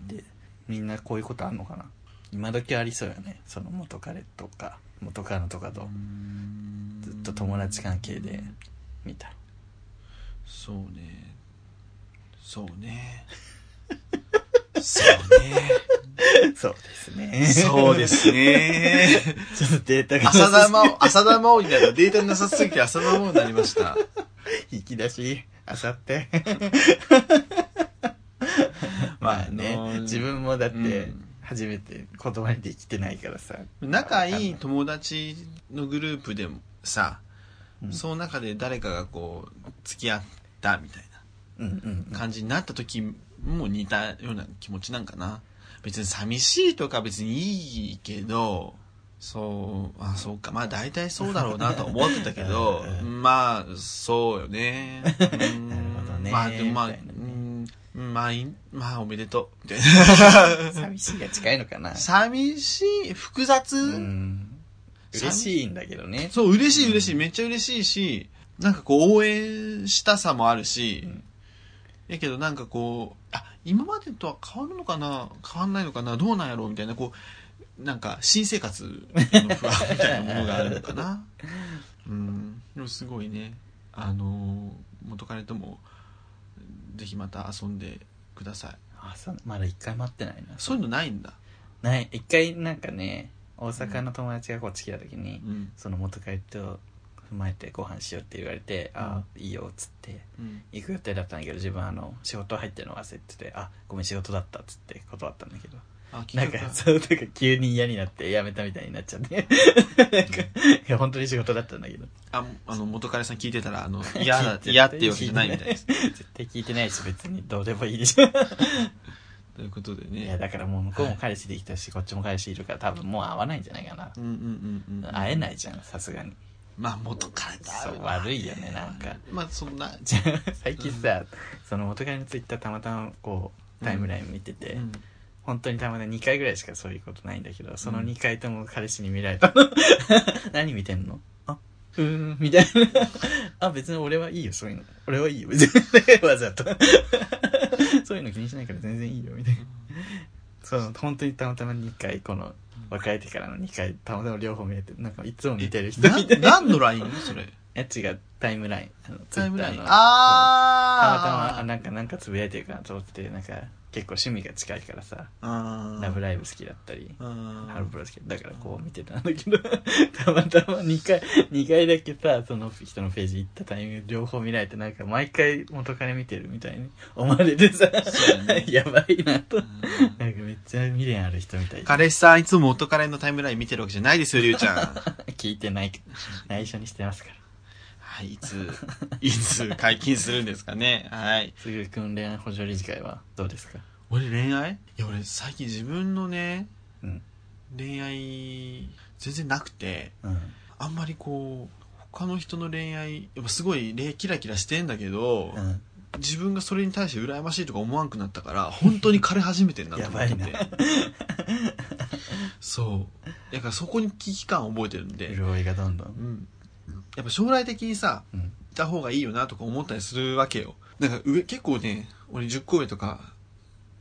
Speaker 1: ん。
Speaker 2: でみんなこういうことあんのかな今時ありそうよねその元彼とか元カノとかと
Speaker 1: うん
Speaker 2: ずっと友達関係で 見た
Speaker 1: そうね。そう ね。そうね。
Speaker 2: そうですね
Speaker 1: そうですすね。
Speaker 2: ちょっとデー タが
Speaker 1: 浅田真央、浅田真央になるデータなさすぎて浅田真央になりました。
Speaker 2: 引き出しあさって まあね
Speaker 1: あのー
Speaker 2: 自分もだっ
Speaker 1: う
Speaker 2: て
Speaker 1: ん
Speaker 2: 初めて言葉にできてないからさ
Speaker 1: 仲いい友達のグループでもさ、
Speaker 2: うん
Speaker 1: その中で誰かがこう、付き合ったみたい
Speaker 2: うんうん、
Speaker 1: な感じになった時も似たような気持ちなんかな。別に寂しいとか別にいいけど、そう、あ、そうか。まあ大体そうだろうなとは思ってたけど
Speaker 2: う
Speaker 1: まあ、そうよね。うん
Speaker 2: なるほどね
Speaker 1: まあでもまあ、
Speaker 2: みたいなね
Speaker 1: うんまあいい、まあおめでとう。みたいな。
Speaker 2: うん寂しいが近いの かな
Speaker 1: 寂しい、複雑、
Speaker 2: うん嬉しいんだけどね
Speaker 1: そう、嬉しい嬉しい、
Speaker 2: うん
Speaker 1: めっちゃ嬉しいし、なんかこう、応援したさもあるし、
Speaker 2: うん
Speaker 1: やけどなんかこう、あ、今までとは変わるのかな変わんないのかなどうなんやろうみたいな、こう、なんか、新生活の不安みたいなものがあるのかなうん。でもすごいね、あのー元彼とも、ぜひまた遊んでください。
Speaker 2: あそうまだ一回待ってないな
Speaker 1: そういうのないんだ。
Speaker 2: ない一回なんかね大阪の友達がこっち来た時に、
Speaker 1: うん。
Speaker 2: その元彼と踏まえてご飯しようって言われて、
Speaker 1: うん
Speaker 2: ああいいよっつって
Speaker 1: うん。
Speaker 2: 行く予定だったんだけど自分あの仕事入ってるの忘れてて「あごめん仕事だった」っつって断ったんだけど
Speaker 1: あ、聞
Speaker 2: なん
Speaker 1: いた
Speaker 2: かそうなんか急に嫌になって辞めたみたいになっちゃってなんかいや本当に仕事だったんだけど
Speaker 1: あ、あの、元彼さん聞いてたら、あの、嫌だ、
Speaker 2: 聞い
Speaker 1: 嫌っていうわけじゃないみたいです。
Speaker 2: 絶対聞いてないし別にどうでもいいでしょ
Speaker 1: ということで
Speaker 2: いや
Speaker 1: ね。
Speaker 2: だからもう向こうも彼氏できたしこっちも彼氏いるから多分もう会わないんじゃないかな
Speaker 1: うんうんうんうん。。
Speaker 2: 会えないいじゃんさすがに
Speaker 1: まあ、元彼だ。
Speaker 2: そう悪いよねなんか
Speaker 1: まあ、そんな。
Speaker 2: じゃあ最近さ、その元彼のツイッターたまたまこうタイムライン見てて、
Speaker 1: うん
Speaker 2: 本当にたまに2回ぐらいしかそういうことないんだけど、その2回とも彼氏に見られた の。何見てんのあ、ふーん、みたいな。 あ、別に俺はいいよ、そういうの。俺はいいよ、別 に。わざと。 そういうの気にしないから全然いいよ、みたいな。その、本当にたまたま2回、この、別れてからの2回、たまたま両方見れて、なんかいつも見てる人みたいな。
Speaker 1: な何のラインそれ。
Speaker 2: え、違う、タイムライン。あの
Speaker 1: タイムライン。
Speaker 2: Twitter のたまたま
Speaker 1: あー。
Speaker 2: あ、なんか、なんかつぶやいてるかなと思って、なんか、結構趣味が近いからさ、
Speaker 1: あー
Speaker 2: ラブライブ好きだったり、
Speaker 1: うん
Speaker 2: ハロプロ好きだからこう見てたんだけどたまたま2回2回だけさその人のページ行ったタイミング両方見られてなんか毎回元彼見てるみたいに思われて さ、
Speaker 1: そうだね
Speaker 2: やばいなと
Speaker 1: うん
Speaker 2: なんかめっちゃ未練ある人みたい
Speaker 1: 彼氏さん、いつも元彼のタイムライン見てるわけじゃないですよ、りゅうち ゃん。
Speaker 2: 聞いてないけど内緒にしてますから
Speaker 1: はい、いつ、いつ解禁するんですかね。はい。
Speaker 2: すぐくん恋愛補助理事会はどうですか
Speaker 1: 俺恋愛いや、俺最近自分のね、
Speaker 2: うん
Speaker 1: 恋愛、全然なくて、
Speaker 2: うん
Speaker 1: あんまりこう他の人の恋愛やっぱすごいキラキラしてんだけど、
Speaker 2: うん
Speaker 1: 自分がそれに対して羨ましいとか思わんくなったから本当に枯れ始めてんだと
Speaker 2: や
Speaker 1: 思
Speaker 2: ば
Speaker 1: って
Speaker 2: いな
Speaker 1: そうだからそこに危機感を覚えてるんで、
Speaker 2: 潤いがどんど
Speaker 1: うんん、やっぱ将来的にさ
Speaker 2: うん
Speaker 1: 行った方がいいよなとか思ったりするわけよなんか上結構ね俺10個上とか、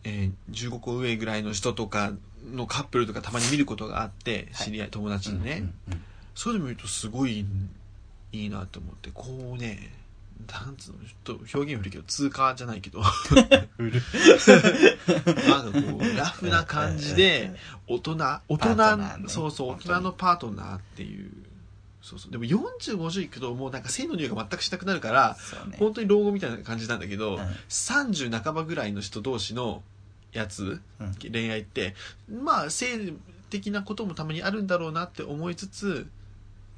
Speaker 1: えー15個上ぐらいの人とかのカップルとかたまに見ることがあって、
Speaker 2: はい
Speaker 1: 知り合い友達のね、
Speaker 2: うんうん
Speaker 1: それで見るとすごいいいなと思ってこうねなんつうのちょっと表現古いけど通過じゃない けど
Speaker 2: うんうる
Speaker 1: なんかこうラフな感じで大人大
Speaker 2: パートナー
Speaker 1: 人、
Speaker 2: ね
Speaker 1: そうそう大
Speaker 2: 本当に
Speaker 1: 人のパートナーっていうそうそうでも4050いくともうなんか性の匂いが全くしなくなるから
Speaker 2: そうね
Speaker 1: 本当に老後みたいな感じなんだけど、
Speaker 2: うん
Speaker 1: 30半ばぐらいの人同士のやつ、
Speaker 2: うん
Speaker 1: 恋愛ってまあ性的なこともたまにあるんだろうなって思いつつ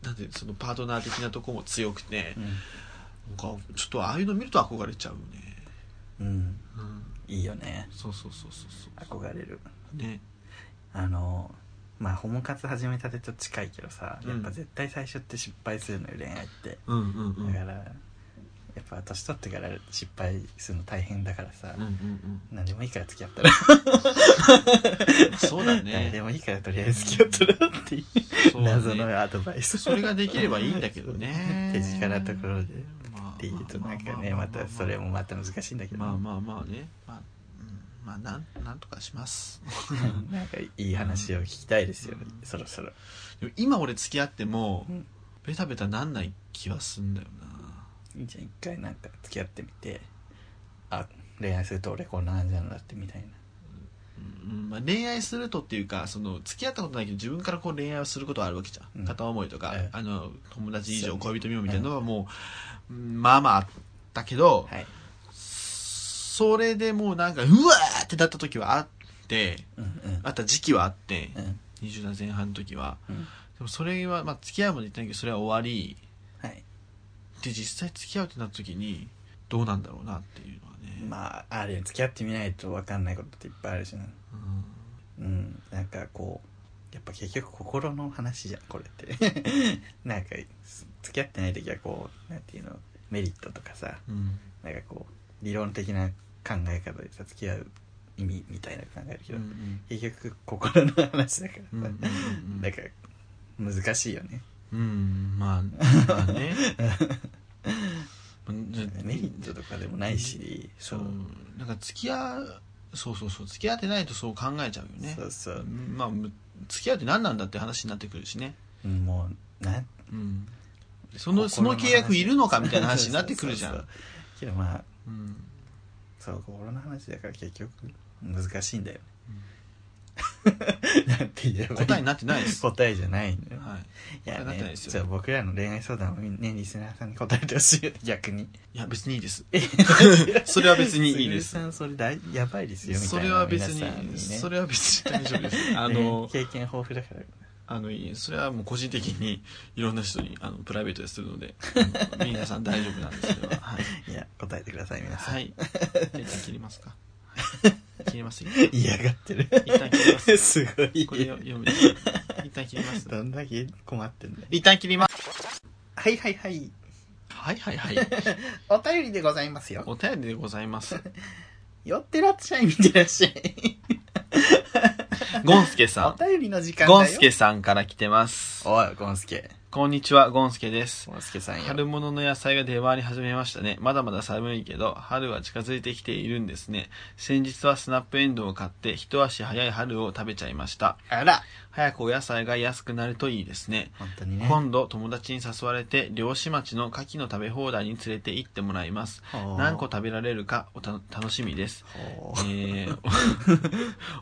Speaker 1: なんでそのパートナー的なとこも強くてなんかちょっとああいうの見ると憧れちゃうね、
Speaker 2: うん、うん、
Speaker 1: うん、
Speaker 2: いいよね
Speaker 1: そうそうそうそうそ
Speaker 2: 憧れる
Speaker 1: うね
Speaker 2: あのまあホモ活始めたてと近いけどさ
Speaker 1: うん
Speaker 2: やっぱ絶対最初って失敗するのよ恋愛って、
Speaker 1: うんうんうんうん
Speaker 2: だからやっぱ年取ってから失敗するの大変だからさ、
Speaker 1: うんうん
Speaker 2: 何でもいいから付き合ったら、
Speaker 1: そうだ
Speaker 2: 何で
Speaker 1: ね
Speaker 2: もいいからとりあえず付き合ったらっていう
Speaker 1: そうだね
Speaker 2: 謎のアドバイス
Speaker 1: それができればいいんだけどね
Speaker 2: 手近なところで
Speaker 1: まあ
Speaker 2: っていうと
Speaker 1: まあ
Speaker 2: なんか
Speaker 1: まあ
Speaker 2: ねま
Speaker 1: まあ
Speaker 2: たそれもまた難しいんだけどね、
Speaker 1: まあまあまあねまあ、うん、まあなんなんとかします
Speaker 2: なんかいい話を聞きたいですよ、そろそろ
Speaker 1: でも今俺付き合っても
Speaker 2: うん
Speaker 1: ベタベタなんない気はすんだよない
Speaker 2: いじゃん一回なんか付き合ってみてあ恋愛すると俺こんな感じなんだってみたいな
Speaker 1: うんまあ、恋愛するとっていうかその付き合ったことないけど自分からこう恋愛をすることはあるわけじゃん、
Speaker 2: うん
Speaker 1: 片思いとか、
Speaker 2: ええ
Speaker 1: あの友達以
Speaker 2: そう
Speaker 1: 上
Speaker 2: ね
Speaker 1: 恋人未満みたいなのはもう、うんまあまああったけど、
Speaker 2: はい、
Speaker 1: それでもうなんかうわーってなった時はあって
Speaker 2: うんうん
Speaker 1: あった時期はあって
Speaker 2: うん
Speaker 1: 20代前半の時は
Speaker 2: うん
Speaker 1: でもそれは、まあ、付き合うまで言ってないけどそれは終わり
Speaker 2: はい
Speaker 1: で実際付き合うってなった時にどうなんだろうなっていうのはね、
Speaker 2: まああるよ付き合ってみないと分かんないことっていっぱいあるしな
Speaker 1: うん
Speaker 2: うんなんかこうやっぱ結局心の話じゃんこれって なんか付き合ってない時はこうなんていうのメリットとかさ
Speaker 1: うん
Speaker 2: なんかこう理論的な考え方でさ付き合う意味みたいなの考えるけ
Speaker 1: うんう
Speaker 2: ど、
Speaker 1: ん
Speaker 2: 結局心の話だからさ、
Speaker 1: うんうんうん
Speaker 2: なんか難しいよね
Speaker 1: うんまあまあねうん
Speaker 2: メリットとかでもないし、
Speaker 1: そうなんか付き合うそうそうそう付き合ってないとそう考えちゃうよね
Speaker 2: そうそう、
Speaker 1: まあむ付き合うって何なんだって話になってくるしね、
Speaker 2: うんもうなん
Speaker 1: うん、そのそ
Speaker 2: 心
Speaker 1: の
Speaker 2: 話
Speaker 1: 契約いるのかみたいな話になってくるじゃ
Speaker 2: そうそ
Speaker 1: ん
Speaker 2: うそうけどまあ
Speaker 1: うん
Speaker 2: そう心の話だから結局難しいんだよね、 なんて言えばいい
Speaker 1: 答えになってないです
Speaker 2: 答えじゃないんだよ、
Speaker 1: はい
Speaker 2: い、や
Speaker 1: 答えになってない
Speaker 2: ね
Speaker 1: ですよ
Speaker 2: じゃあ僕らの恋愛相談をねリスナーさんに答えてほしいよ逆に
Speaker 1: いや別にいいです それは別にいいです
Speaker 2: 鈴木さんそれだいやばいですよみた
Speaker 1: そ
Speaker 2: いな
Speaker 1: れは別に
Speaker 2: 皆さんね
Speaker 1: それは別に大丈夫ですあ
Speaker 2: ね
Speaker 1: の
Speaker 2: 経験豊富だから
Speaker 1: あのいいそれはもう個人的にいろんな人にあのプライベートでするの であの皆さん大丈夫なんですけどはい、
Speaker 2: いや答えてください皆さん、
Speaker 1: はい、一旦切ります か切りますよ
Speaker 2: 嫌がってる
Speaker 1: 一旦切ります
Speaker 2: すごい
Speaker 1: これを読む一旦切り ます
Speaker 2: どんだけ困ってんだよ
Speaker 1: 一旦切ります
Speaker 2: はいはいはい
Speaker 1: はいはいはい
Speaker 2: お便りでございますよ
Speaker 1: お便りでございます
Speaker 2: 寄ってらっしゃい見てらっしゃい
Speaker 1: ゴンスケさ
Speaker 2: お
Speaker 1: ん
Speaker 2: 便りの時間だよ
Speaker 1: ゴンスケさんから来てます
Speaker 2: おいゴンスケ
Speaker 1: こんにちはゴンスケです
Speaker 2: ゴンスケさんよ
Speaker 1: 春物の野菜が出回り始めましたね。まだまだ寒いけど、春は近づいてきているんですね。先日はスナップエンドウを買って、一足早い春を食べちゃいました。
Speaker 2: あら
Speaker 1: 早くお野菜が安くなるといいですね。
Speaker 2: 本当にね
Speaker 1: 今度、友達に誘われて、漁師町の牡蠣の食べ放題に連れて行ってもらいます。何個食べられるかおた楽しみです。
Speaker 2: ほう
Speaker 1: えー、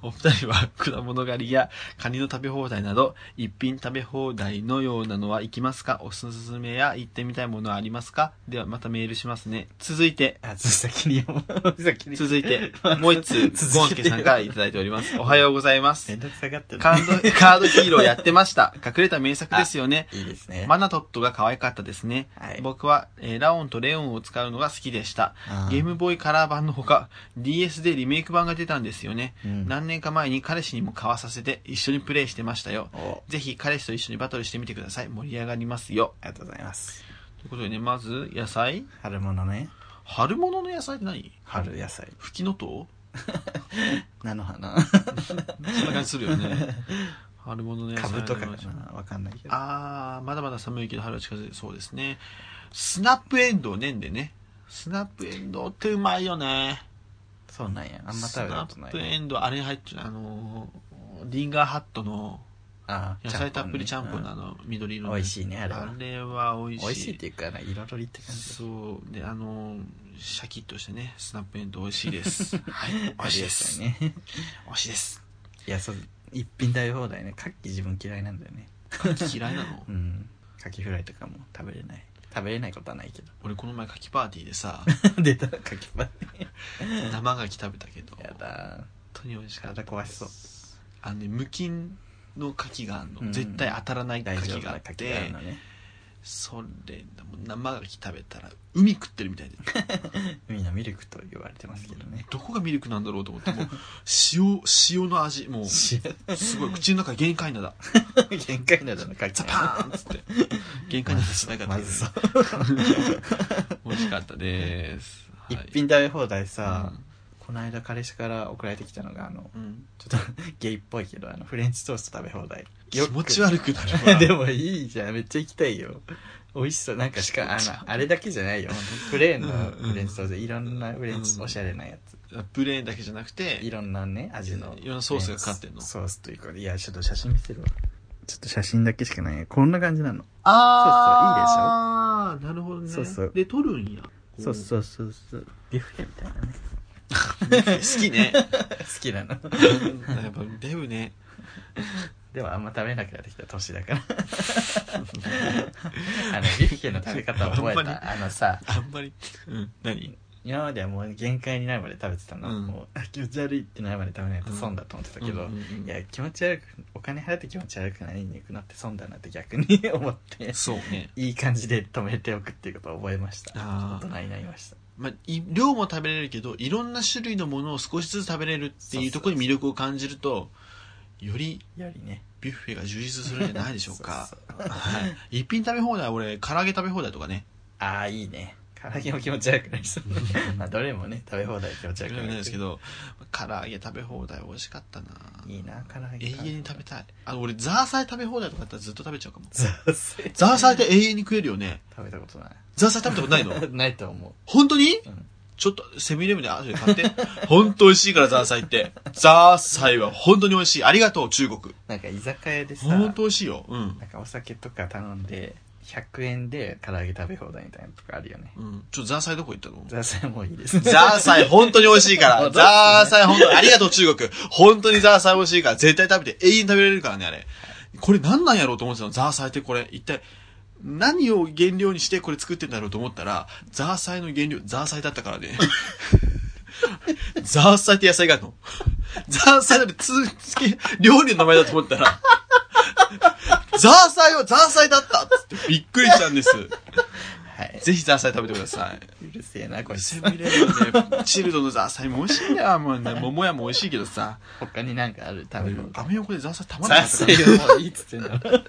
Speaker 1: お お二人は果物狩りやカニの食べ放題など一品食べ放題のようなのは行きますかおすすめや行ってみたいものはありますかではまたメールしますね続いて
Speaker 2: あ先に読む先に
Speaker 1: 続いて もう一通ゴンスケさんからいただいておりますおはようございます
Speaker 2: めんどくさがってる
Speaker 1: カードカードヒーローやってました隠れた名作ですよね
Speaker 2: いいですね
Speaker 1: マナトットが可愛かったですね、
Speaker 2: はい
Speaker 1: 僕は、えーラオンとレオンを使うのが好きでした
Speaker 2: あー
Speaker 1: ゲームボーイカラー版のほか DS でリメイク版が出たんですよね、
Speaker 2: うん
Speaker 1: 何年か前に彼氏にも買わさせて一緒にプレイしてましたよ
Speaker 2: お
Speaker 1: ぜひ彼氏と一緒にバトルしてみてください盛り上がりますよ
Speaker 2: ありがとうございます
Speaker 1: ということでねまず野菜
Speaker 2: 春物ね
Speaker 1: 春物の野菜って何
Speaker 2: 春野菜
Speaker 1: フキノト
Speaker 2: 菜の花
Speaker 1: ウそんな感じするよ ね春物の野菜
Speaker 2: 株とかかなわかんないけど
Speaker 1: あーまだまだ寒いけど春は近づいてそうですねスナップエンドウねんでねスナップエンドウってうまいよね
Speaker 2: そうなんやあんま食べたことな
Speaker 1: スナップエ
Speaker 2: い
Speaker 1: ンドウあれに入ってるあのーリンガーハットの
Speaker 2: あー
Speaker 1: 野菜たっぷりちゃんぽんの
Speaker 2: ね
Speaker 1: あの緑
Speaker 2: う
Speaker 1: 色
Speaker 2: ん
Speaker 1: の
Speaker 2: 美味しいねあ
Speaker 1: あ
Speaker 2: れ
Speaker 1: れ
Speaker 2: は
Speaker 1: は美味しい
Speaker 2: 美味しいっていうかな彩りって感じ
Speaker 1: そうであのシャキッとしてねスナップエンドウ美味しいです はい美
Speaker 2: 美
Speaker 1: 味
Speaker 2: 味
Speaker 1: しい
Speaker 2: しい
Speaker 1: で
Speaker 2: です
Speaker 1: す
Speaker 2: よね
Speaker 1: 美味しいです
Speaker 2: いやそう一品食べ放題ね牡蠣自分嫌いなんだよね
Speaker 1: 牡蠣嫌いな の
Speaker 2: うん牡蠣フライとかも食べれない食べれないことはないけ
Speaker 1: 俺この前牡蠣パーティーでさ
Speaker 2: ど 出た牡蠣パイ
Speaker 1: 生牡蠣食べたけど
Speaker 2: や
Speaker 1: 本
Speaker 2: だ
Speaker 1: 当に美味しかった
Speaker 2: 体壊しそう
Speaker 1: あのね無菌の牡蠣があるの、
Speaker 2: うん
Speaker 1: 絶対当たらない牡
Speaker 2: 大丈
Speaker 1: 蠣
Speaker 2: 夫
Speaker 1: があ
Speaker 2: な
Speaker 1: っ
Speaker 2: 牡
Speaker 1: て
Speaker 2: 蠣があるのね
Speaker 1: それ生牡蠣食べたら海食ってるみたい で
Speaker 2: みんなミルクと言われてますけど ね
Speaker 1: どこがミルクなんだろうと思ってもう塩塩の味 もうすごい口の中限界なだ
Speaker 2: 限界などの牡蠣
Speaker 1: ザ
Speaker 2: が
Speaker 1: パーンっつって限界なだしなかった
Speaker 2: ま
Speaker 1: けど
Speaker 2: ずさ
Speaker 1: 美味しかったです、
Speaker 2: 一
Speaker 1: はい
Speaker 2: 品食べ放題さ、この間彼氏から送られてきたのがあの
Speaker 1: うんうん
Speaker 2: ちょっとゲイっぽいけどあのフレンチトースト食べ放題
Speaker 1: 気持ち
Speaker 2: は
Speaker 1: 悪くなるわ
Speaker 2: でもいいじゃんめっちゃ行きたいよ美味しそうなんかしかあのあれだけじゃないよ本当にプレーンのフレンチトーストいろんなフレンチおしゃれなやつ
Speaker 1: プレーンだけじゃなく
Speaker 2: い
Speaker 1: て
Speaker 2: ろんなね味の
Speaker 1: いろんなソースがかかってんの
Speaker 2: ソースというかいやちょっと写真見せるわちょっと写真だけしかないこんな感じなの
Speaker 1: ああいいでしょああなるほどね
Speaker 2: そうそう
Speaker 1: で取るんや
Speaker 2: そうそうそうそうビュッフェみたいなね
Speaker 1: 好きねや
Speaker 2: 好きなの
Speaker 1: っぱデブ ね
Speaker 2: でもあんま食べなくなってきた年だから あのビュッフェの食べ方を覚え
Speaker 1: あんま
Speaker 2: たあのさ
Speaker 1: あんまりうん何
Speaker 2: 今まではもう限界になるまで食べてたの、
Speaker 1: うん
Speaker 2: もうあ気持ち悪いってなるまで食べないと
Speaker 1: うん
Speaker 2: 損だと思ってたけ
Speaker 1: う
Speaker 2: ど、
Speaker 1: んうんうん
Speaker 2: いや気持ち悪くお金払って気持ち悪くなりにくくなって損だなって逆に 思って
Speaker 1: そうね
Speaker 2: いい感じで止めておくっていうことを覚えました
Speaker 1: あー
Speaker 2: 大人になりました
Speaker 1: まあ、い量も食べれるけどいろんな種類のものを少しずつ食べれるっていうところに魅力を感じるとより
Speaker 2: よりね
Speaker 1: ビュッフェが充実するんじゃないでしょうか
Speaker 2: そう
Speaker 1: はい一品食べ放題俺唐揚げ食べ放題とかね
Speaker 2: ああいいね唐揚げも気持ち悪くなりそう まあどれもね食べ放題気持ち
Speaker 1: 食
Speaker 2: 悪
Speaker 1: べ
Speaker 2: く
Speaker 1: れ
Speaker 2: な
Speaker 1: ない
Speaker 2: り
Speaker 1: ですけど唐揚げ食べ放題美味しかったない
Speaker 2: いな唐揚げ
Speaker 1: 永遠に食べたいあの俺ザーサイ食べ放題とかだったらずっと食べちゃうかも
Speaker 2: ザー サイ
Speaker 1: ザーサイって永遠に食えるよね
Speaker 2: 食べたことない
Speaker 1: ザーサイ食べたことないの
Speaker 2: ないと思う
Speaker 1: 本当に、
Speaker 2: うん
Speaker 1: ちょっとセミレムで後で買って本当美味しいからザーサイってザーサイは本当に美味しいありがとう中国
Speaker 2: なんか居酒屋でさ
Speaker 1: 本当美味しいようん
Speaker 2: なんかお酒とか頼んで100円で唐揚げ食べ放題みたいなのとかあるよね
Speaker 1: うんちょっとザーサイどこ行ったの
Speaker 2: ザーサイもういいですね
Speaker 1: ザーサイ本当に美味しいから。ザーサイ本当に、ありがとう中国。本当にザーサイ美味しいから、絶対食べて永遠に食べれるからね、あれ。これ何なんやろうと思ってたの、ザーサイってこれ。一体、何を原料にしてこれ作ってんだろうと思ったら、ザーサイの原料、ザーサイだった からね。ザーサイって野菜があるのザーサイだってつ、つけ、料理の名前だと思ったら、ザーサイはザーサイだったっつってびっくりしたんです。
Speaker 2: はい
Speaker 1: ぜひザーサイ食べてください。
Speaker 2: うるせえなこい
Speaker 1: セ
Speaker 2: つ
Speaker 1: ブンイレブンで、チルドのザーサイも美味しいんだよ。もうね、桃屋も美味しいけどさ。
Speaker 2: 他になんかある食べ物
Speaker 1: アメ横でザーサイたま
Speaker 2: ザ
Speaker 1: ら
Speaker 2: ー
Speaker 1: なか
Speaker 2: サ
Speaker 1: った
Speaker 2: イ
Speaker 1: か
Speaker 2: はもういいっつってんだろはい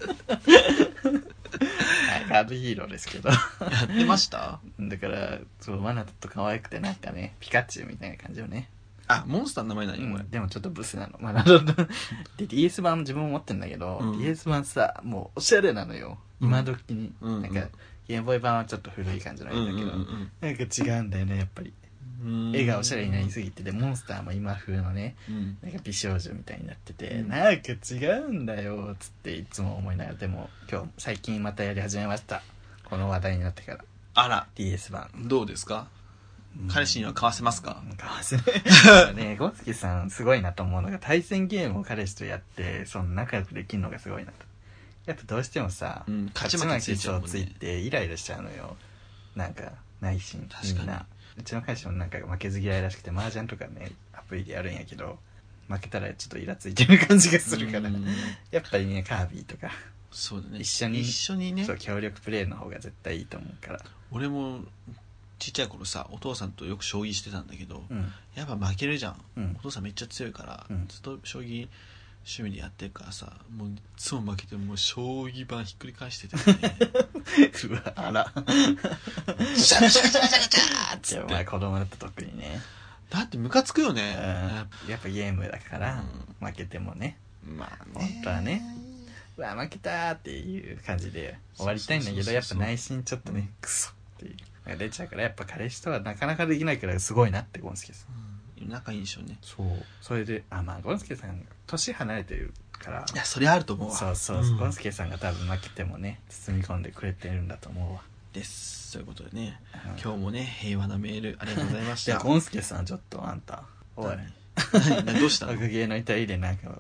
Speaker 2: カードヒーローですけど
Speaker 1: ら。やってました
Speaker 2: だからそうマナトと可愛くてなんかねピカチュウみたいな感じよね、
Speaker 1: あ、モンスターの名前何こ
Speaker 2: う
Speaker 1: れ
Speaker 2: ん。でもちょっとブスなのマナトと で DS 版自分も持ってんだけど、
Speaker 1: うん
Speaker 2: DS 版さもうおしゃれなのよ
Speaker 1: うん
Speaker 2: 今時に、
Speaker 1: うん
Speaker 2: なんかゲームボーイ版はちょっと古い感じの
Speaker 1: う
Speaker 2: や
Speaker 1: ん
Speaker 2: つだ
Speaker 1: う
Speaker 2: け
Speaker 1: ん
Speaker 2: ど、
Speaker 1: うん
Speaker 2: なんか違うんだよねやっぱり
Speaker 1: うん。
Speaker 2: 絵がおしゃれになりすぎててモンスターも今風のね
Speaker 1: うん。
Speaker 2: なんか美少女みたいになってて、
Speaker 1: うん
Speaker 2: なんか違うんだよつっていつも思いながらでも今日最近またやり始めましたこの話題になってから
Speaker 1: あら、
Speaker 2: DS 版
Speaker 1: どうですか彼氏には買わせますか
Speaker 2: なんか忘れね ゴンスケさんすごいなと思うのが対戦ゲームを彼氏とやってその仲良くできるのがすごいなとやっぱどうしてもさ、
Speaker 1: うん勝ち負けついちゃうもんね
Speaker 2: 勝ち負けついてイライラしちゃうのよなんか内心
Speaker 1: 確かに
Speaker 2: みんなうちの彼氏もなんか負けず嫌いらしくて麻雀とかねアプリでやるんやけど負けたらちょっとイラついてる感じがするから
Speaker 1: うん
Speaker 2: やっぱりねカービィとか、
Speaker 1: そうだね。
Speaker 2: 一緒に
Speaker 1: 一緒にね
Speaker 2: そ。う協力プレイの方が絶対いいと思うから
Speaker 1: 俺も、ちっちゃい頃さ、お父さんとよく将棋してたんだけど、
Speaker 2: うん
Speaker 1: やっぱ負けるじゃん。
Speaker 2: うん
Speaker 1: お父さんめっちゃ強いから、
Speaker 2: うん
Speaker 1: ずっと将棋趣味でやってるからさもういつも負けてもう将棋盤ひっくり返してて、ね、
Speaker 2: うわあら
Speaker 1: シャラシャラシャラシャラシャラっつ
Speaker 2: じゃあ
Speaker 1: っ
Speaker 2: お前
Speaker 1: て
Speaker 2: 子供だと特にね
Speaker 1: だってムカつくよね、やっ
Speaker 2: うん やっぱゲームだから、負けてもね
Speaker 1: ぱまあね
Speaker 2: 本当はねうわ負けたーっていう感じで終わりたいんだけ
Speaker 1: そ
Speaker 2: ど
Speaker 1: うそう
Speaker 2: や
Speaker 1: そうそ
Speaker 2: っぱ
Speaker 1: う
Speaker 2: 内心ちょっとねクソっていうのが出ちゃうからやっぱ彼氏とはなかなかできないからすごいなってゴンスケさん
Speaker 1: うん仲いいんでしょうね
Speaker 2: そうそれであまあゴンスケさん年離れてるから
Speaker 1: いやそれあると思うわ
Speaker 2: そうそう、
Speaker 1: うん
Speaker 2: ゴンスケさんが多分負けてもね包み込んでくれてるんだと思うわ
Speaker 1: ですそういうことでね
Speaker 2: うん
Speaker 1: 今日もね平和なメールありがとうございまし
Speaker 2: いや
Speaker 1: た
Speaker 2: ゴンスケさんちょっとあんたおい
Speaker 1: 何何どう したの
Speaker 2: 学芸の至りでなんか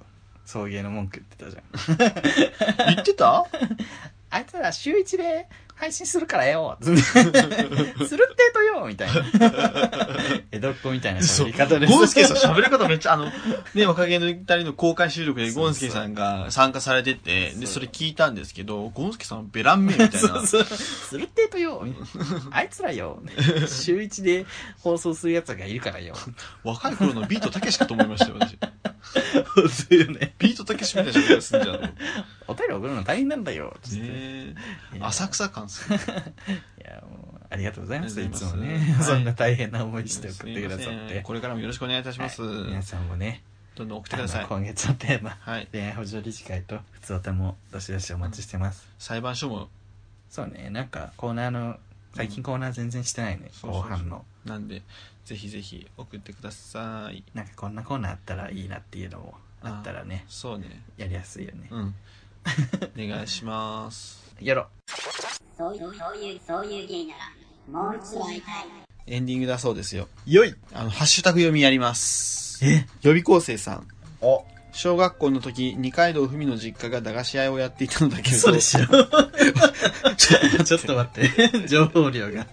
Speaker 2: 送迎の文句言ってたじゃん
Speaker 1: 言ってた
Speaker 2: あいつら週一で配信するからよ つってするってとよみたい な江戸っ子みたいな喋り方です
Speaker 1: ゴンスケさん喋り方めっちゃ、あの、ね、若気の二人の公開収録でゴンスケさんが参加されてて、
Speaker 2: そう
Speaker 1: で、それ聞いたんですけど、ゴンスケさんベランメイみたい
Speaker 2: そ
Speaker 1: な
Speaker 2: う。そうするってとよみたいなあいつらよ週一で放送するやつがいるからよ
Speaker 1: 若い頃のビートたけしかと思いましたよ、私。
Speaker 2: そうよね
Speaker 1: ビートたけしみたいな喋り方すんじゃん。ね
Speaker 2: お便り送るの大変なんだよつって
Speaker 1: え
Speaker 2: いや
Speaker 1: 浅草感っすね。
Speaker 2: いやもうありがとうございますいつも
Speaker 1: ありがとうござい
Speaker 2: ね
Speaker 1: ますはい
Speaker 2: そんな大変な思いして送ってくだ
Speaker 1: す
Speaker 2: さ
Speaker 1: いま
Speaker 2: っ
Speaker 1: せん
Speaker 2: て
Speaker 1: これからもよろしくお願いいたします。
Speaker 2: はい皆さんもね
Speaker 1: どんどん送って
Speaker 2: あ
Speaker 1: くださ
Speaker 2: の
Speaker 1: い。
Speaker 2: 今月のテーマ
Speaker 1: はい。
Speaker 2: 恋愛補助理事会と普通おたもどしどしお待ちしてます、
Speaker 1: 裁判所も、
Speaker 2: そうねなんかコーナーの最近コーナー全然してないね、
Speaker 1: そうそ
Speaker 2: 後
Speaker 1: うそう
Speaker 2: 半の
Speaker 1: なんで、ぜひぜひ送ってください。
Speaker 2: なんかこんなコーナーあったらいいなっていうのもあったらね
Speaker 1: そうね。
Speaker 2: やりやすいよね、
Speaker 1: うん。お願いします。
Speaker 2: やろう
Speaker 3: そういう、そういう、そういう芸なら、もう一度会いたい。
Speaker 1: エンディングだそうですよ。
Speaker 2: よい
Speaker 1: あの、ハッシュタグ読みやります。
Speaker 2: え
Speaker 1: 予備校生さん。
Speaker 2: お
Speaker 1: 小学校の時、二階堂ふみの実家が駄菓子屋をやっていたのだけど、
Speaker 2: そうでしょ ちょっと待って 情報量が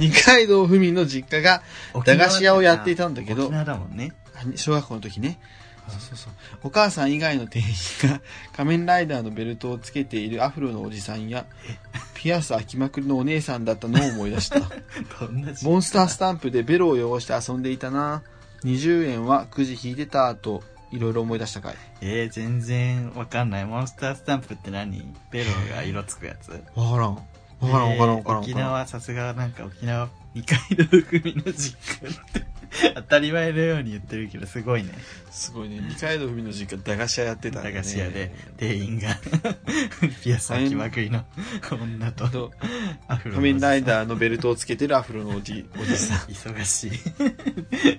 Speaker 1: 二階堂ふみの実家が駄菓子屋をやっていたんだけど
Speaker 2: 沖、縄だもんね
Speaker 1: あ小学校の時ね。そうそうそう。お母さん以外の店員が 仮面ライダーのベルトをつけているアフロのおじさんや、ピアス開きまくりのお姉さんだったのを思い出 した。
Speaker 2: どんな時
Speaker 1: モンスタースタンプでベロを汚して遊んでいたな。20円はくじ引いてたと、いろいろ思い出したかい。
Speaker 2: えー、全然わかんないモンスタースタンプって 何ベロが色つくやつ
Speaker 1: わからん。わからんわからんわからん。
Speaker 2: えー沖縄さすがなんか沖縄二階堂組の実家って当たり前のように言ってるけどすごいね
Speaker 1: すごいね。二階堂ふみの実家、駄菓子屋やってたんだ
Speaker 2: 駄
Speaker 1: ね
Speaker 2: 菓子屋で店員が ピアス開きまくりの女
Speaker 1: あ
Speaker 2: と
Speaker 1: と、
Speaker 2: アフロ
Speaker 1: 仮面ライダーのベルトをつけてるアフロのおじ、おじさん。
Speaker 2: ー忙し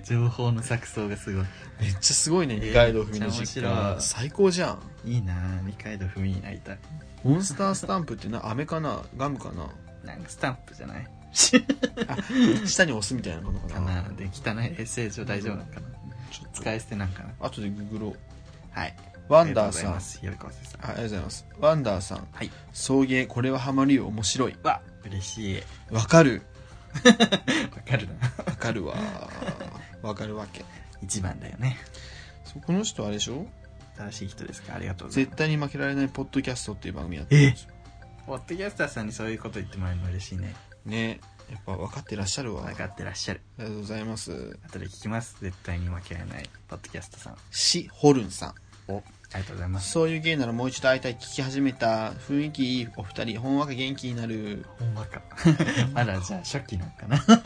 Speaker 2: い 情報の錯綜がすごい
Speaker 1: めっちゃすごいね、
Speaker 2: えー
Speaker 1: 二階堂ふみの実
Speaker 2: めっちゃ面白
Speaker 1: 家。
Speaker 2: い
Speaker 1: 最高じゃん。
Speaker 2: いいなあ二階堂ふみになりたい
Speaker 1: モンスタースタンプってな、飴かなガムかな
Speaker 2: なんかスタンプじ ゃない
Speaker 1: あ、下に押すみたいなのか
Speaker 2: か
Speaker 1: な
Speaker 2: なで汚い衛生上大丈夫なのかな
Speaker 1: ちょっ
Speaker 2: 使い捨てなんかな
Speaker 1: と、後でググろう。
Speaker 2: はい
Speaker 1: ワンダーさん。
Speaker 2: あ
Speaker 1: あ
Speaker 2: りがとうございます
Speaker 1: ありがとうございます。ワンダーさん。
Speaker 2: はい
Speaker 1: 送迎、これはハマるよ、面白い。
Speaker 2: わ嬉しいわ
Speaker 1: わかる。
Speaker 2: かるな
Speaker 1: わかるわ。わかるわけ。
Speaker 2: 一番だよね
Speaker 1: そうこの人あれでしょ
Speaker 2: 新しい人ですかありがとうござい
Speaker 1: 絶
Speaker 2: ます
Speaker 1: 対に負けられないポッドキャストっていう番組やってるんですよ。
Speaker 2: ポッドキャスターさんにそういうこと言ってもらえるの嬉しいね
Speaker 1: ねやっぱ分かってらっしゃるわ。あ
Speaker 2: 分
Speaker 1: り
Speaker 2: か
Speaker 1: が
Speaker 2: ってらっしゃる
Speaker 1: とうございます。
Speaker 2: 後で聞きます絶対に負けられないポッドキャスターさん
Speaker 1: し、ホルンさん。
Speaker 2: おありがとうございます
Speaker 1: そういう芸ならもう一度会いたい聞き始めた雰囲気いいお二人、ほんわか元気になる。
Speaker 2: ほんまか まだじゃあ初期なんかな
Speaker 1: か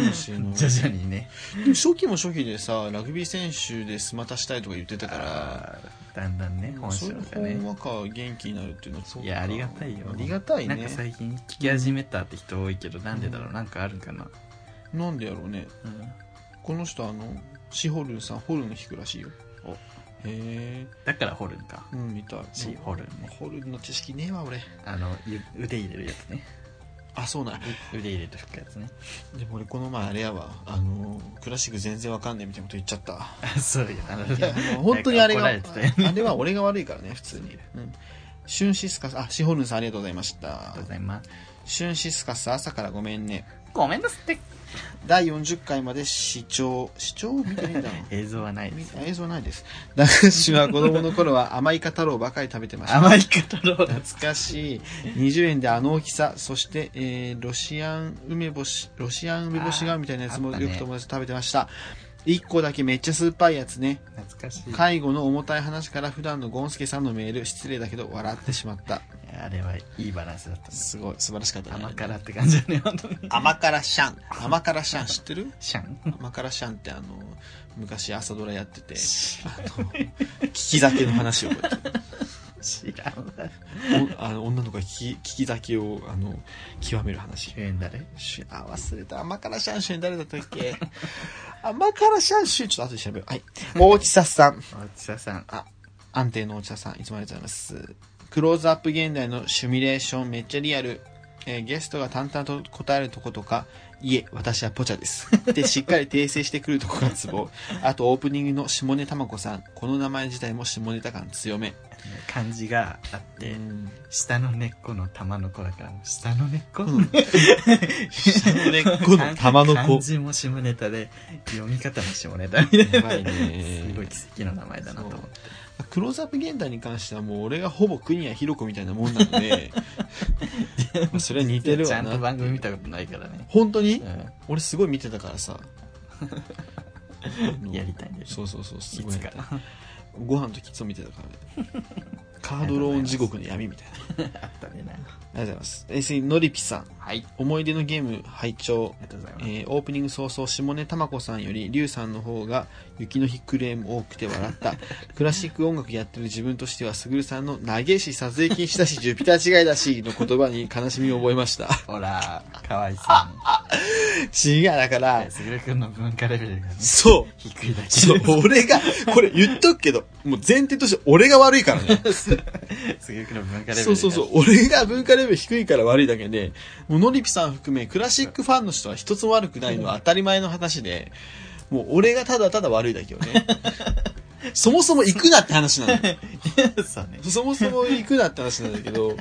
Speaker 1: もしれない。
Speaker 2: 徐々にね
Speaker 1: 初期も初期でさ、ラグビー選手でスマタしたいとか言ってたから、
Speaker 2: あーだんだんね本
Speaker 1: そう
Speaker 2: 性
Speaker 1: いう
Speaker 2: が
Speaker 1: ほん
Speaker 2: ね
Speaker 1: わか元気になるっていうのはそう
Speaker 2: い
Speaker 1: だ
Speaker 2: や
Speaker 1: な
Speaker 2: ありがたいよ
Speaker 1: ありがたいね。
Speaker 2: なんか最近聞き始めたって人多いけどなんでだろうなんかあるんかな
Speaker 1: なんでやろうね。
Speaker 2: うん
Speaker 1: この人あの、シホルンさん、ホルン弾くらしいよ。
Speaker 2: お
Speaker 1: へえ。
Speaker 2: だからホルンか
Speaker 1: うん、見たい。
Speaker 2: しホルンね
Speaker 1: ホルンの知識ねえわ、俺。
Speaker 2: あのゆ腕入れるやつね
Speaker 1: あ、そうなん。
Speaker 2: う腕入れて吹くやつね
Speaker 1: でも俺この前あれやわ、あの、クラシック全然わかんねえみたいなこと言っちゃった。
Speaker 2: あ そうよあの
Speaker 1: いや、もう本当にあれが、
Speaker 2: なんか怒られてたよ
Speaker 1: あ
Speaker 2: ね
Speaker 1: れは俺が悪いからね、普通に。うん。シュンシスカス、あ、シホルンさんありがとうございまし
Speaker 2: ありが
Speaker 1: た
Speaker 2: とう。ございます
Speaker 1: シュンシスカス、朝からごめんね。
Speaker 2: ごめんなさいって
Speaker 1: 第40回まで視聴。視聴見てねえ んだな
Speaker 2: 映像はないで
Speaker 1: 見
Speaker 2: す
Speaker 1: 映像ないです。駄菓子は子供の頃は甘いか太郎ばかり食べてました。
Speaker 2: 甘い方の方だ
Speaker 1: 懐かしい。20円であの大きさ、そして、えーロシアン梅干し、ロシアン梅干しがみたいなやつも
Speaker 2: あーあった
Speaker 1: よ
Speaker 2: ね
Speaker 1: く友達と食べてました。1個だけめっちゃ酸っぱいやつね。
Speaker 2: 懐かしい
Speaker 1: 介護の重たい話から普段のゴンスケさんのメール、失礼だけど笑ってしまった。
Speaker 2: いやあれはいいバランスだったね
Speaker 1: すごい、素晴らしかったね
Speaker 2: 甘辛って感じだね本当に
Speaker 1: 甘辛シャン。甘辛シャン知ってる
Speaker 2: シャン
Speaker 1: 甘辛シャンってあの、昔朝ドラや ってて、あの、聞き酒の話を覚えてる
Speaker 2: 知らんわ
Speaker 1: おあ の女の子が聞き聞き酒を、あの、極める話
Speaker 2: 主。演誰
Speaker 1: 主あ、忘れた。甘辛シャン主演誰だったっけ甘辛シャン主演、ちょっと後で調べよう。はい。大地ささん。
Speaker 2: 大津田さん
Speaker 1: 安定の大地さん、いつもありがとうございます。クローズアップ現代のシミュレーションめっちゃリアル。えーゲストが淡々と答えるとことか、いえ、私はポチャです。 で、しっかり訂正してくるとこがツボ。あと、オープニングの下ネタまこさん。この名前自体も下ネタ感強め。
Speaker 2: 感じがあって、
Speaker 1: うん
Speaker 2: 下の根っこの玉の子だからもう下の根っこ、
Speaker 1: うん下の根っこ の玉の
Speaker 2: 漢
Speaker 1: 子
Speaker 2: 字も下ネタで読み方も下ネタみたいな
Speaker 1: やばいね
Speaker 2: すごい奇跡の名前だなと思って
Speaker 1: クローズアップ現代に関してはもう俺がほぼ国谷ひ子みたいなもんなの でまあそれは似てる
Speaker 2: ちゃ
Speaker 1: わ
Speaker 2: んと
Speaker 1: な
Speaker 2: 番組見たことないからね、
Speaker 1: 本当に
Speaker 2: う
Speaker 1: 俺すごい見てたからさあの
Speaker 2: やりたいね
Speaker 1: そうそうそうす
Speaker 2: ん、い
Speaker 1: ごい
Speaker 2: つ
Speaker 1: や
Speaker 2: か
Speaker 1: りたいご飯の時いつも見てたからねカードローン地獄の闇みたいな
Speaker 2: あったねな
Speaker 1: ありがとうございますえ次のりぴさん
Speaker 2: はい
Speaker 1: 思い出のゲーム拝聴
Speaker 2: ありがとうございます、
Speaker 1: えーオープニング早々下根玉子さんよりリュウさんの方が雪の日クレーム多くて笑った クラシック音楽やってる自分としてはすぐるさんの「投げし撮影禁止だしジュピター違いだし」の言葉に悲しみを覚えま した
Speaker 2: ほらかわいそう
Speaker 1: 違うだか
Speaker 2: に
Speaker 1: ら
Speaker 2: すぐるくんの文化レベルがね
Speaker 1: そう
Speaker 2: 低いだけです
Speaker 1: ちょっと俺がこれ言っとくけどもう前提として俺が悪い からね
Speaker 2: すぐるくんの文化レベルが
Speaker 1: そうそうそう俺が文化レベル低いから悪いだけでもうのりぴさん含めクラシックファンの人は一つも悪くないのは当たり前の話でもう俺がただただ悪いだけよ ねそもそも行くなって話なんだよ
Speaker 2: うそうね
Speaker 1: そもそも行くなって話なんだけど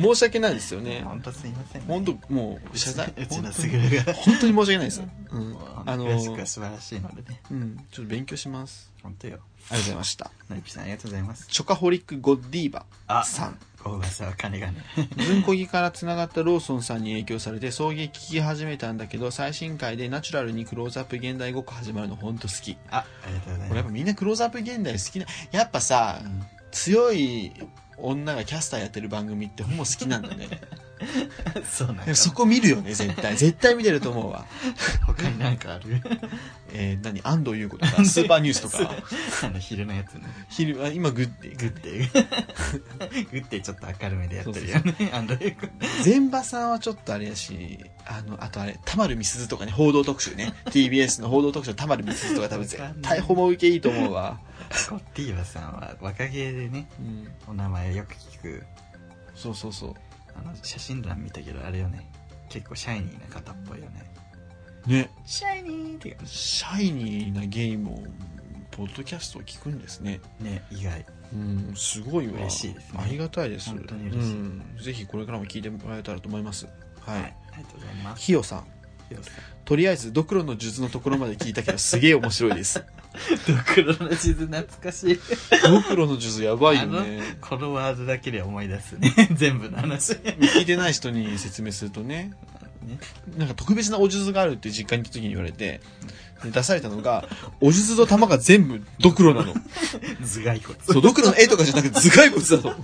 Speaker 1: 申し訳ないですよね
Speaker 2: 本当すいません、ね、
Speaker 1: 本当もう謝罪
Speaker 2: うち
Speaker 1: 本
Speaker 2: のすぐるが
Speaker 1: 当に申し訳ないです、うん、あ
Speaker 2: あの
Speaker 1: の
Speaker 2: クラシックは素晴らしいのでね
Speaker 1: うんちょっと勉強します
Speaker 2: 本当よ
Speaker 1: ありがとうございました
Speaker 2: ナイピさんありがとうございます
Speaker 1: チョカホリックゴッディーバ
Speaker 2: あ
Speaker 1: さん
Speaker 2: 大噂は金がね
Speaker 1: 文庫ギからつながったローソンさんに影響されて送迎聞き始めたんだけど最新回でナチュラルにクローズアップ現代ごっこ始まるのほんと好き
Speaker 2: あありがとうござい
Speaker 1: 俺やっ
Speaker 2: ます
Speaker 1: ぱみんなクローズアップ現代好きなやっぱさ、
Speaker 2: うん
Speaker 1: 強い女がキャスターやってる番組ってほぼ好きなんだ ね
Speaker 2: そうなん
Speaker 1: で
Speaker 2: だ
Speaker 1: そこ見るよね絶対絶対見てると思うわ
Speaker 2: 他に何かある
Speaker 1: えー、何安藤優子とかスーパーニュースと か
Speaker 2: あの昼のやつね
Speaker 1: 昼あ今グッて
Speaker 2: グ ッてグッてちょっと明るめでやってるよねアンドレイ君
Speaker 1: 前場さんはちょっとあれやしあのあとあれ田丸美鈴とかね報道特集 ね TBS の報道特集の田丸美鈴とか多分絶対ホモ受けいいと思うわ、
Speaker 2: ゴッティーバさんは若芸でね
Speaker 1: うん、
Speaker 2: お名前よく聞く
Speaker 1: そうそうそう
Speaker 2: あの写真欄見たけどあれよね結構シャイニーな方っぽいよね
Speaker 1: ね
Speaker 2: シャイニーって感
Speaker 1: シャイニーなゲイもポッドキャストを聞くんですね
Speaker 2: じね意外
Speaker 1: うんすごいわ
Speaker 2: 嬉しいですね
Speaker 1: ありがたいです
Speaker 2: 本当に嬉しい
Speaker 1: うん、ぜひこれからも聞いてもらえたらと思いますはい、
Speaker 2: ありがとうございます
Speaker 1: ひよさん
Speaker 2: ヒロさん
Speaker 1: とりあえずドクロの術のところまで聞いたけどすげえ面白いです
Speaker 2: ドクロの地図懐かしい
Speaker 1: ドクロの術やばいよね
Speaker 2: あのこのワードだけで思い出すね 全部の話
Speaker 1: 聞いてない人に説明するとね
Speaker 2: ね
Speaker 1: なんか特別なお術があるって実家に行った時に言われてで出されたのがお術の玉が全部ドクロな の
Speaker 2: 頭蓋骨
Speaker 1: そう、ドクロの絵とかじゃなくて頭蓋骨だと。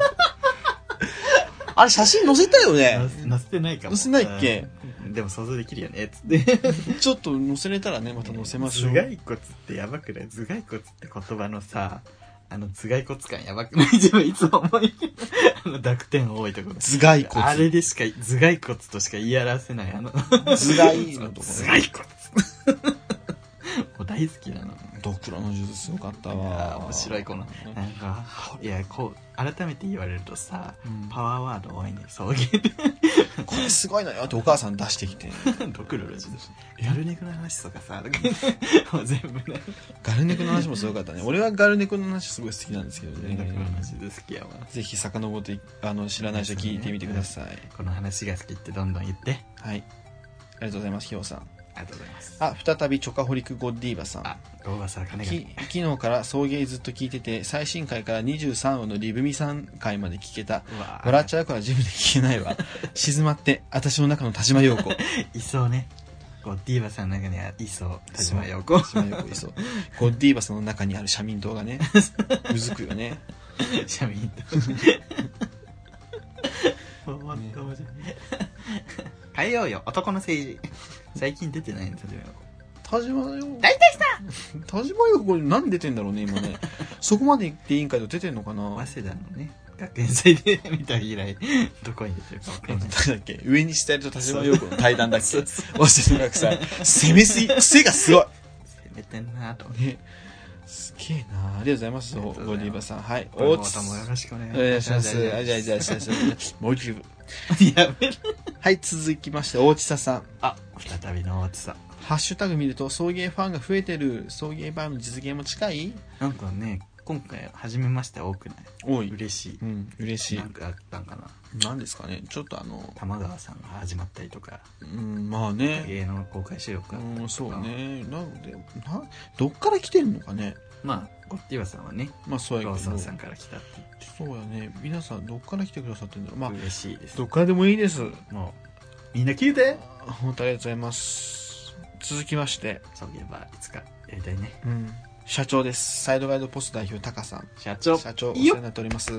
Speaker 1: あれ写真載せたよね
Speaker 2: な。載せてないかも
Speaker 1: 載せないっけ
Speaker 2: うんでも想像できるよねっつって
Speaker 1: ちょっと載せれたらね、また載せましょ
Speaker 2: 頭
Speaker 1: う。
Speaker 2: 蓋骨ってやばくない頭蓋骨って言葉のさあの頭蓋骨感やばくない自分いつも思いあの濁点多いところ
Speaker 1: 頭蓋
Speaker 2: あ
Speaker 1: 骨。
Speaker 2: れでしか頭蓋骨としか言い表せないあの頭
Speaker 1: 頭蓋のところ。
Speaker 2: 蓋骨もう大好きなの
Speaker 1: ドクロの術すごかった
Speaker 2: いや
Speaker 1: わ。
Speaker 2: ー面白いこのなんかいやこう改めて言われるとさ
Speaker 1: うん
Speaker 2: パワーワード多いね送迎で
Speaker 1: これすごいのよってお母さん出してきて。
Speaker 2: ドクロロジガルネコの話とかさとか言って もう全部ね
Speaker 1: ガルネコの話もすごかったね。俺はガルネコの話すごい好きなんですけど
Speaker 2: ドクロの
Speaker 1: ね。
Speaker 2: 話で好きやわ
Speaker 1: ぜひ遡って、あの、知らない人聞いてみてください。
Speaker 2: この話が好きってどんどん言って
Speaker 1: はい。ありがとうございます、ひよさん。
Speaker 2: ありがとうございます
Speaker 1: あ、再びチョカホリックゴッディーバさん。
Speaker 2: あ大噂は金が
Speaker 1: き昨日から送迎ずっと聞いてて最新回から23話のリブミさん回まで聞けた
Speaker 2: うわ
Speaker 1: 笑っちゃうから自分で聞け ないわ静まって私の中の田島陽子
Speaker 2: いそうねこうディーバさんの中にはいそう田島陽子
Speaker 1: 田島陽子いそうゴッディーバスの中にある社民党がねうずくよね
Speaker 2: シャミンと もっと面白い変えようよ男の政 治最近出てないんだよ
Speaker 1: 田島陽子大体した田島陽子何出てんだろうね今ねそこまで行って委員会と出てんのかな
Speaker 2: 早稲田のね学園祭で見た以来どこに出てるか分かんない
Speaker 1: 誰だっけ上西隊と田島陽子の対談だっけ
Speaker 2: そうそう
Speaker 1: 忘れてなくさ攻めすぎ癖がすごい
Speaker 2: 攻めてんなと
Speaker 1: ね、すげえなありがとうございます
Speaker 2: あり
Speaker 1: ゴ
Speaker 2: がとうございます
Speaker 1: ディーバさんはい
Speaker 2: お
Speaker 1: つ
Speaker 2: ともよろしくお願い
Speaker 1: お願いします
Speaker 2: お
Speaker 1: あ
Speaker 2: 願い
Speaker 1: じゃあ
Speaker 2: し
Speaker 1: じゃあじゃあじゃあもう一度
Speaker 2: ます やめろ
Speaker 1: はい続きまして大地佐さん
Speaker 2: あ再びの大津さん
Speaker 1: ハッシュタグ見ると送迎ファンが増えてる送迎バーの実現も近い
Speaker 2: なんかね今回初めまして多くない
Speaker 1: 多い
Speaker 2: 嬉し
Speaker 1: うん嬉し
Speaker 2: いなんかあったんかな
Speaker 1: 何なんですかねちょっとあの
Speaker 2: 玉川さんが始まったりとか
Speaker 1: うんまあね
Speaker 2: 芸能公開収録があったりと
Speaker 1: う
Speaker 2: か
Speaker 1: んそうねなのでなどっから来てんのかね
Speaker 2: まあゴッティバさんはね
Speaker 1: まあそうや
Speaker 2: ロー
Speaker 1: け
Speaker 2: ソン
Speaker 1: ど
Speaker 2: さんから来たって言って
Speaker 1: そうやね皆さんどっから来てくださってんだろうまあ
Speaker 2: 嬉しいです
Speaker 1: どっからでもいいです
Speaker 2: もうみんな聞いて
Speaker 1: あ本当ありがとうございます続きまして、
Speaker 2: そういえばいつかやりたいね
Speaker 1: うん、社長ですサイドガイドポスト代表タカさん
Speaker 2: 社長
Speaker 1: 社長お
Speaker 2: いい
Speaker 1: 世話
Speaker 2: よ
Speaker 1: になっております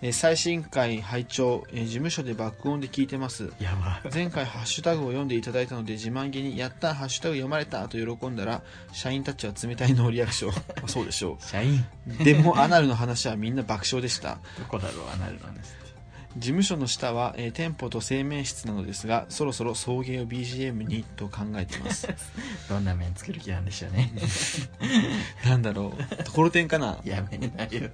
Speaker 1: えー最新回拝聴、えー事務所で爆音で聞いてます
Speaker 2: やば
Speaker 1: 前回ハッシュタグを読んでいただいたので自慢げに「やったハッシュタグ読まれた!」と喜んだら社員たちは冷たいノーリアクションまあ そうでしょ
Speaker 2: 社員
Speaker 1: うでもアナルの話はみんな爆笑でした
Speaker 2: どこだろうアナルの話って
Speaker 1: 事務所の下は、えー店舗と製麺室なのですがそろそろ送迎を BGM にと考えてます
Speaker 2: どんな面作る気なんでしょう ね
Speaker 1: なんだろ うところてんかな
Speaker 2: やめ なよ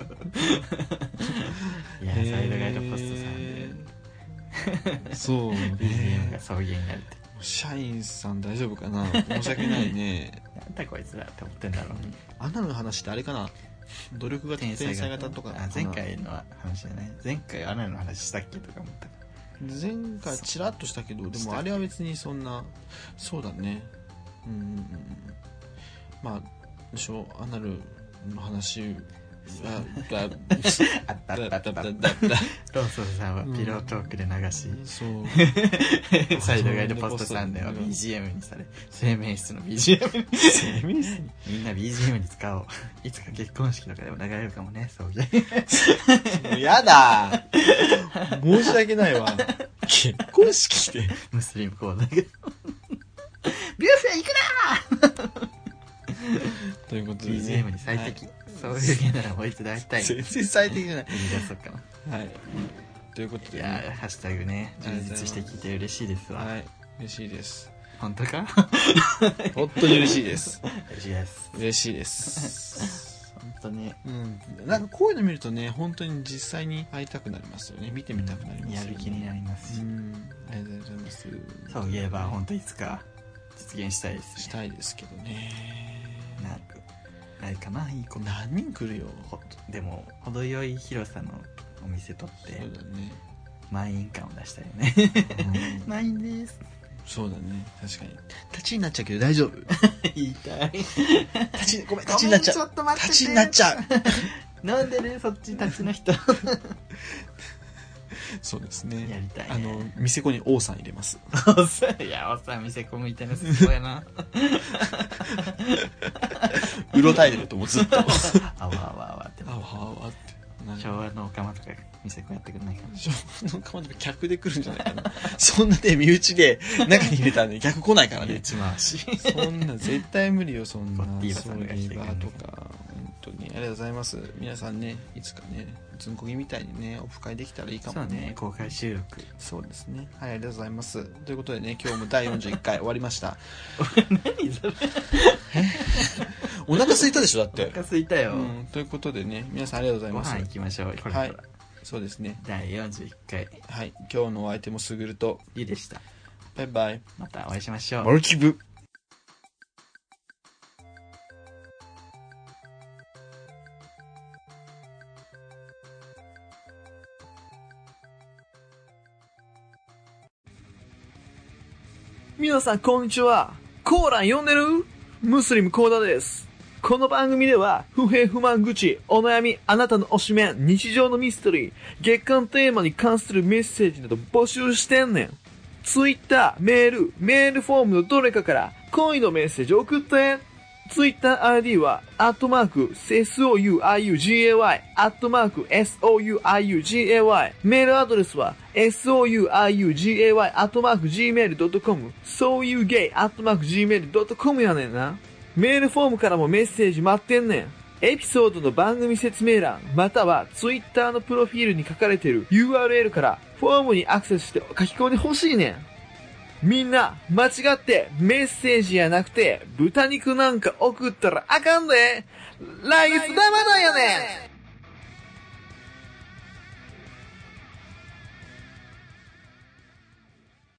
Speaker 2: いやサ
Speaker 1: へー
Speaker 2: イドガイドポストさんで
Speaker 1: そう
Speaker 2: BGM が
Speaker 1: ね
Speaker 2: 送迎になるって
Speaker 1: 社員さん大丈夫かな申し訳ないね
Speaker 2: なんだこいつらって思ってんだろうね
Speaker 1: アナルの話ってあれかな努力が天才型とか
Speaker 2: あ前回の話じゃない前回アナルの話したっけとか思った
Speaker 1: 前回ちらっとしたけどで
Speaker 2: した
Speaker 1: も
Speaker 2: っけ
Speaker 1: あれは別にそんなそうだねうんうんうんうんまあでしょアナルの話 はだだ
Speaker 2: あった
Speaker 1: だ
Speaker 2: あ
Speaker 1: だ
Speaker 2: ったあった
Speaker 1: だだだ
Speaker 2: ローソンさんはピロートークで流し、
Speaker 1: そう
Speaker 2: サイドガイドポストさんでは BGM にされ生命室の BGM
Speaker 1: 生命線
Speaker 2: みんな BGM に使おういつか結婚式とかでも流れるかもね送 迎
Speaker 1: もうやだ申し訳ないわ結婚式で
Speaker 2: ムスリム講座がビュッフェ行く
Speaker 1: ということ
Speaker 2: な
Speaker 1: で、ね、
Speaker 2: !BGM に最適。そういう芸ならこいつで会いた。
Speaker 1: はい い
Speaker 2: 言い
Speaker 1: 全然最適じゃない
Speaker 2: 出そうかな。
Speaker 1: はいということ
Speaker 2: い
Speaker 1: で、
Speaker 2: やー、
Speaker 1: ね、
Speaker 2: ハッシュタグね、充実して聞いて嬉しいですわ。
Speaker 1: はい嬉しいです
Speaker 2: 本当か
Speaker 1: 本当に嬉しいです
Speaker 2: 嬉しいです。
Speaker 1: 嬉しいです
Speaker 2: 本当に、
Speaker 1: うん、なんかこういうの見るとね本当に実際に会いたくなりますよね見てみたくなりますよ
Speaker 2: や
Speaker 1: ね
Speaker 2: る気になりま
Speaker 1: う
Speaker 2: すし。
Speaker 1: んありがとうございます
Speaker 2: そういえば、本当いつか実現したいです
Speaker 1: し
Speaker 2: ね。
Speaker 1: たいですけどね
Speaker 2: なんか、ないかな、いいこと。
Speaker 1: 何人来るよ
Speaker 2: ほっとでも、程よい広さのお店取っ
Speaker 1: そう
Speaker 2: て、
Speaker 1: だね、
Speaker 2: 満員感を出したいよね。
Speaker 1: うん
Speaker 2: 満員です。
Speaker 1: そうだね確かに立ちになっちゃうけど大丈夫
Speaker 2: 言いたい。
Speaker 1: 立ちごめん立ちになっちゃ
Speaker 2: ごめん
Speaker 1: う
Speaker 2: ょっと待
Speaker 1: 立ちになっちゃう
Speaker 2: 飲んでるそっち立ちの人や
Speaker 1: そうですね
Speaker 2: りた
Speaker 1: あ
Speaker 2: い
Speaker 1: の
Speaker 2: ね
Speaker 1: 店子に王さん入れます
Speaker 2: あのおっさんいやおっさん店子みたいなそうやな
Speaker 1: うろたえてると思うずっ とあわ
Speaker 2: あわあわあわって
Speaker 1: あわあってなんか
Speaker 2: 昭和のおかまとか店子やってくんないかな
Speaker 1: 昭和の彼女が客で来るんじゃないかな そんなね身内で中に入れたらね客来ないからね
Speaker 2: 一回し
Speaker 1: そんな絶対無理よそんな
Speaker 2: ゴッティーバ
Speaker 1: そ
Speaker 2: さ
Speaker 1: うん
Speaker 2: が
Speaker 1: い
Speaker 2: 来
Speaker 1: え
Speaker 2: てく
Speaker 1: ば
Speaker 2: れる
Speaker 1: とか本当にありがとうございます皆さんねいつかねずんこぎみたいにねオフ会できたらいいか
Speaker 2: そ
Speaker 1: も
Speaker 2: うね
Speaker 1: ね
Speaker 2: 公開収録
Speaker 1: そうですねはいありがとうございますということでね今日も第41回終わりました
Speaker 2: 何それ
Speaker 1: お腹空いたでしょだっ
Speaker 2: お
Speaker 1: て
Speaker 2: 腹すいたよ、
Speaker 1: うんということでね皆さんありがとうござい
Speaker 2: ご
Speaker 1: ます
Speaker 2: 飯行きましょうこれ
Speaker 1: はいそうですね
Speaker 2: 第41回
Speaker 1: はい今日のお相手もすぐると
Speaker 2: りでした
Speaker 1: バイバイ
Speaker 2: またお会いしましょう
Speaker 1: マルチブ
Speaker 4: 皆さんこんにちは。コーラン読んでるムスリムコーダです。この番組では、不平不満愚痴、お悩み、あなたの推しメン、日常のミステリー、月間テーマに関するメッセージなど募集してんねん。ツイッター、メール、メールフォームのどれかから恋のメッセージを送って。ツイッター ID は、アットマーク、souiugay、アットマーク、souiugay。メールアドレスは、souiugay、アットマーク、gmail.com、sougay、アットマーク、gmail.com やねんな。メールフォームからもメッセージ待ってんねん。エピソードの番組説明欄、またはツイッターのプロフィールに書かれている URL から、フォームにアクセスして書き込んでほしいねん。みんな、間違ってメッセージやなくて、豚肉なんか送ったらあかんで来月生だよね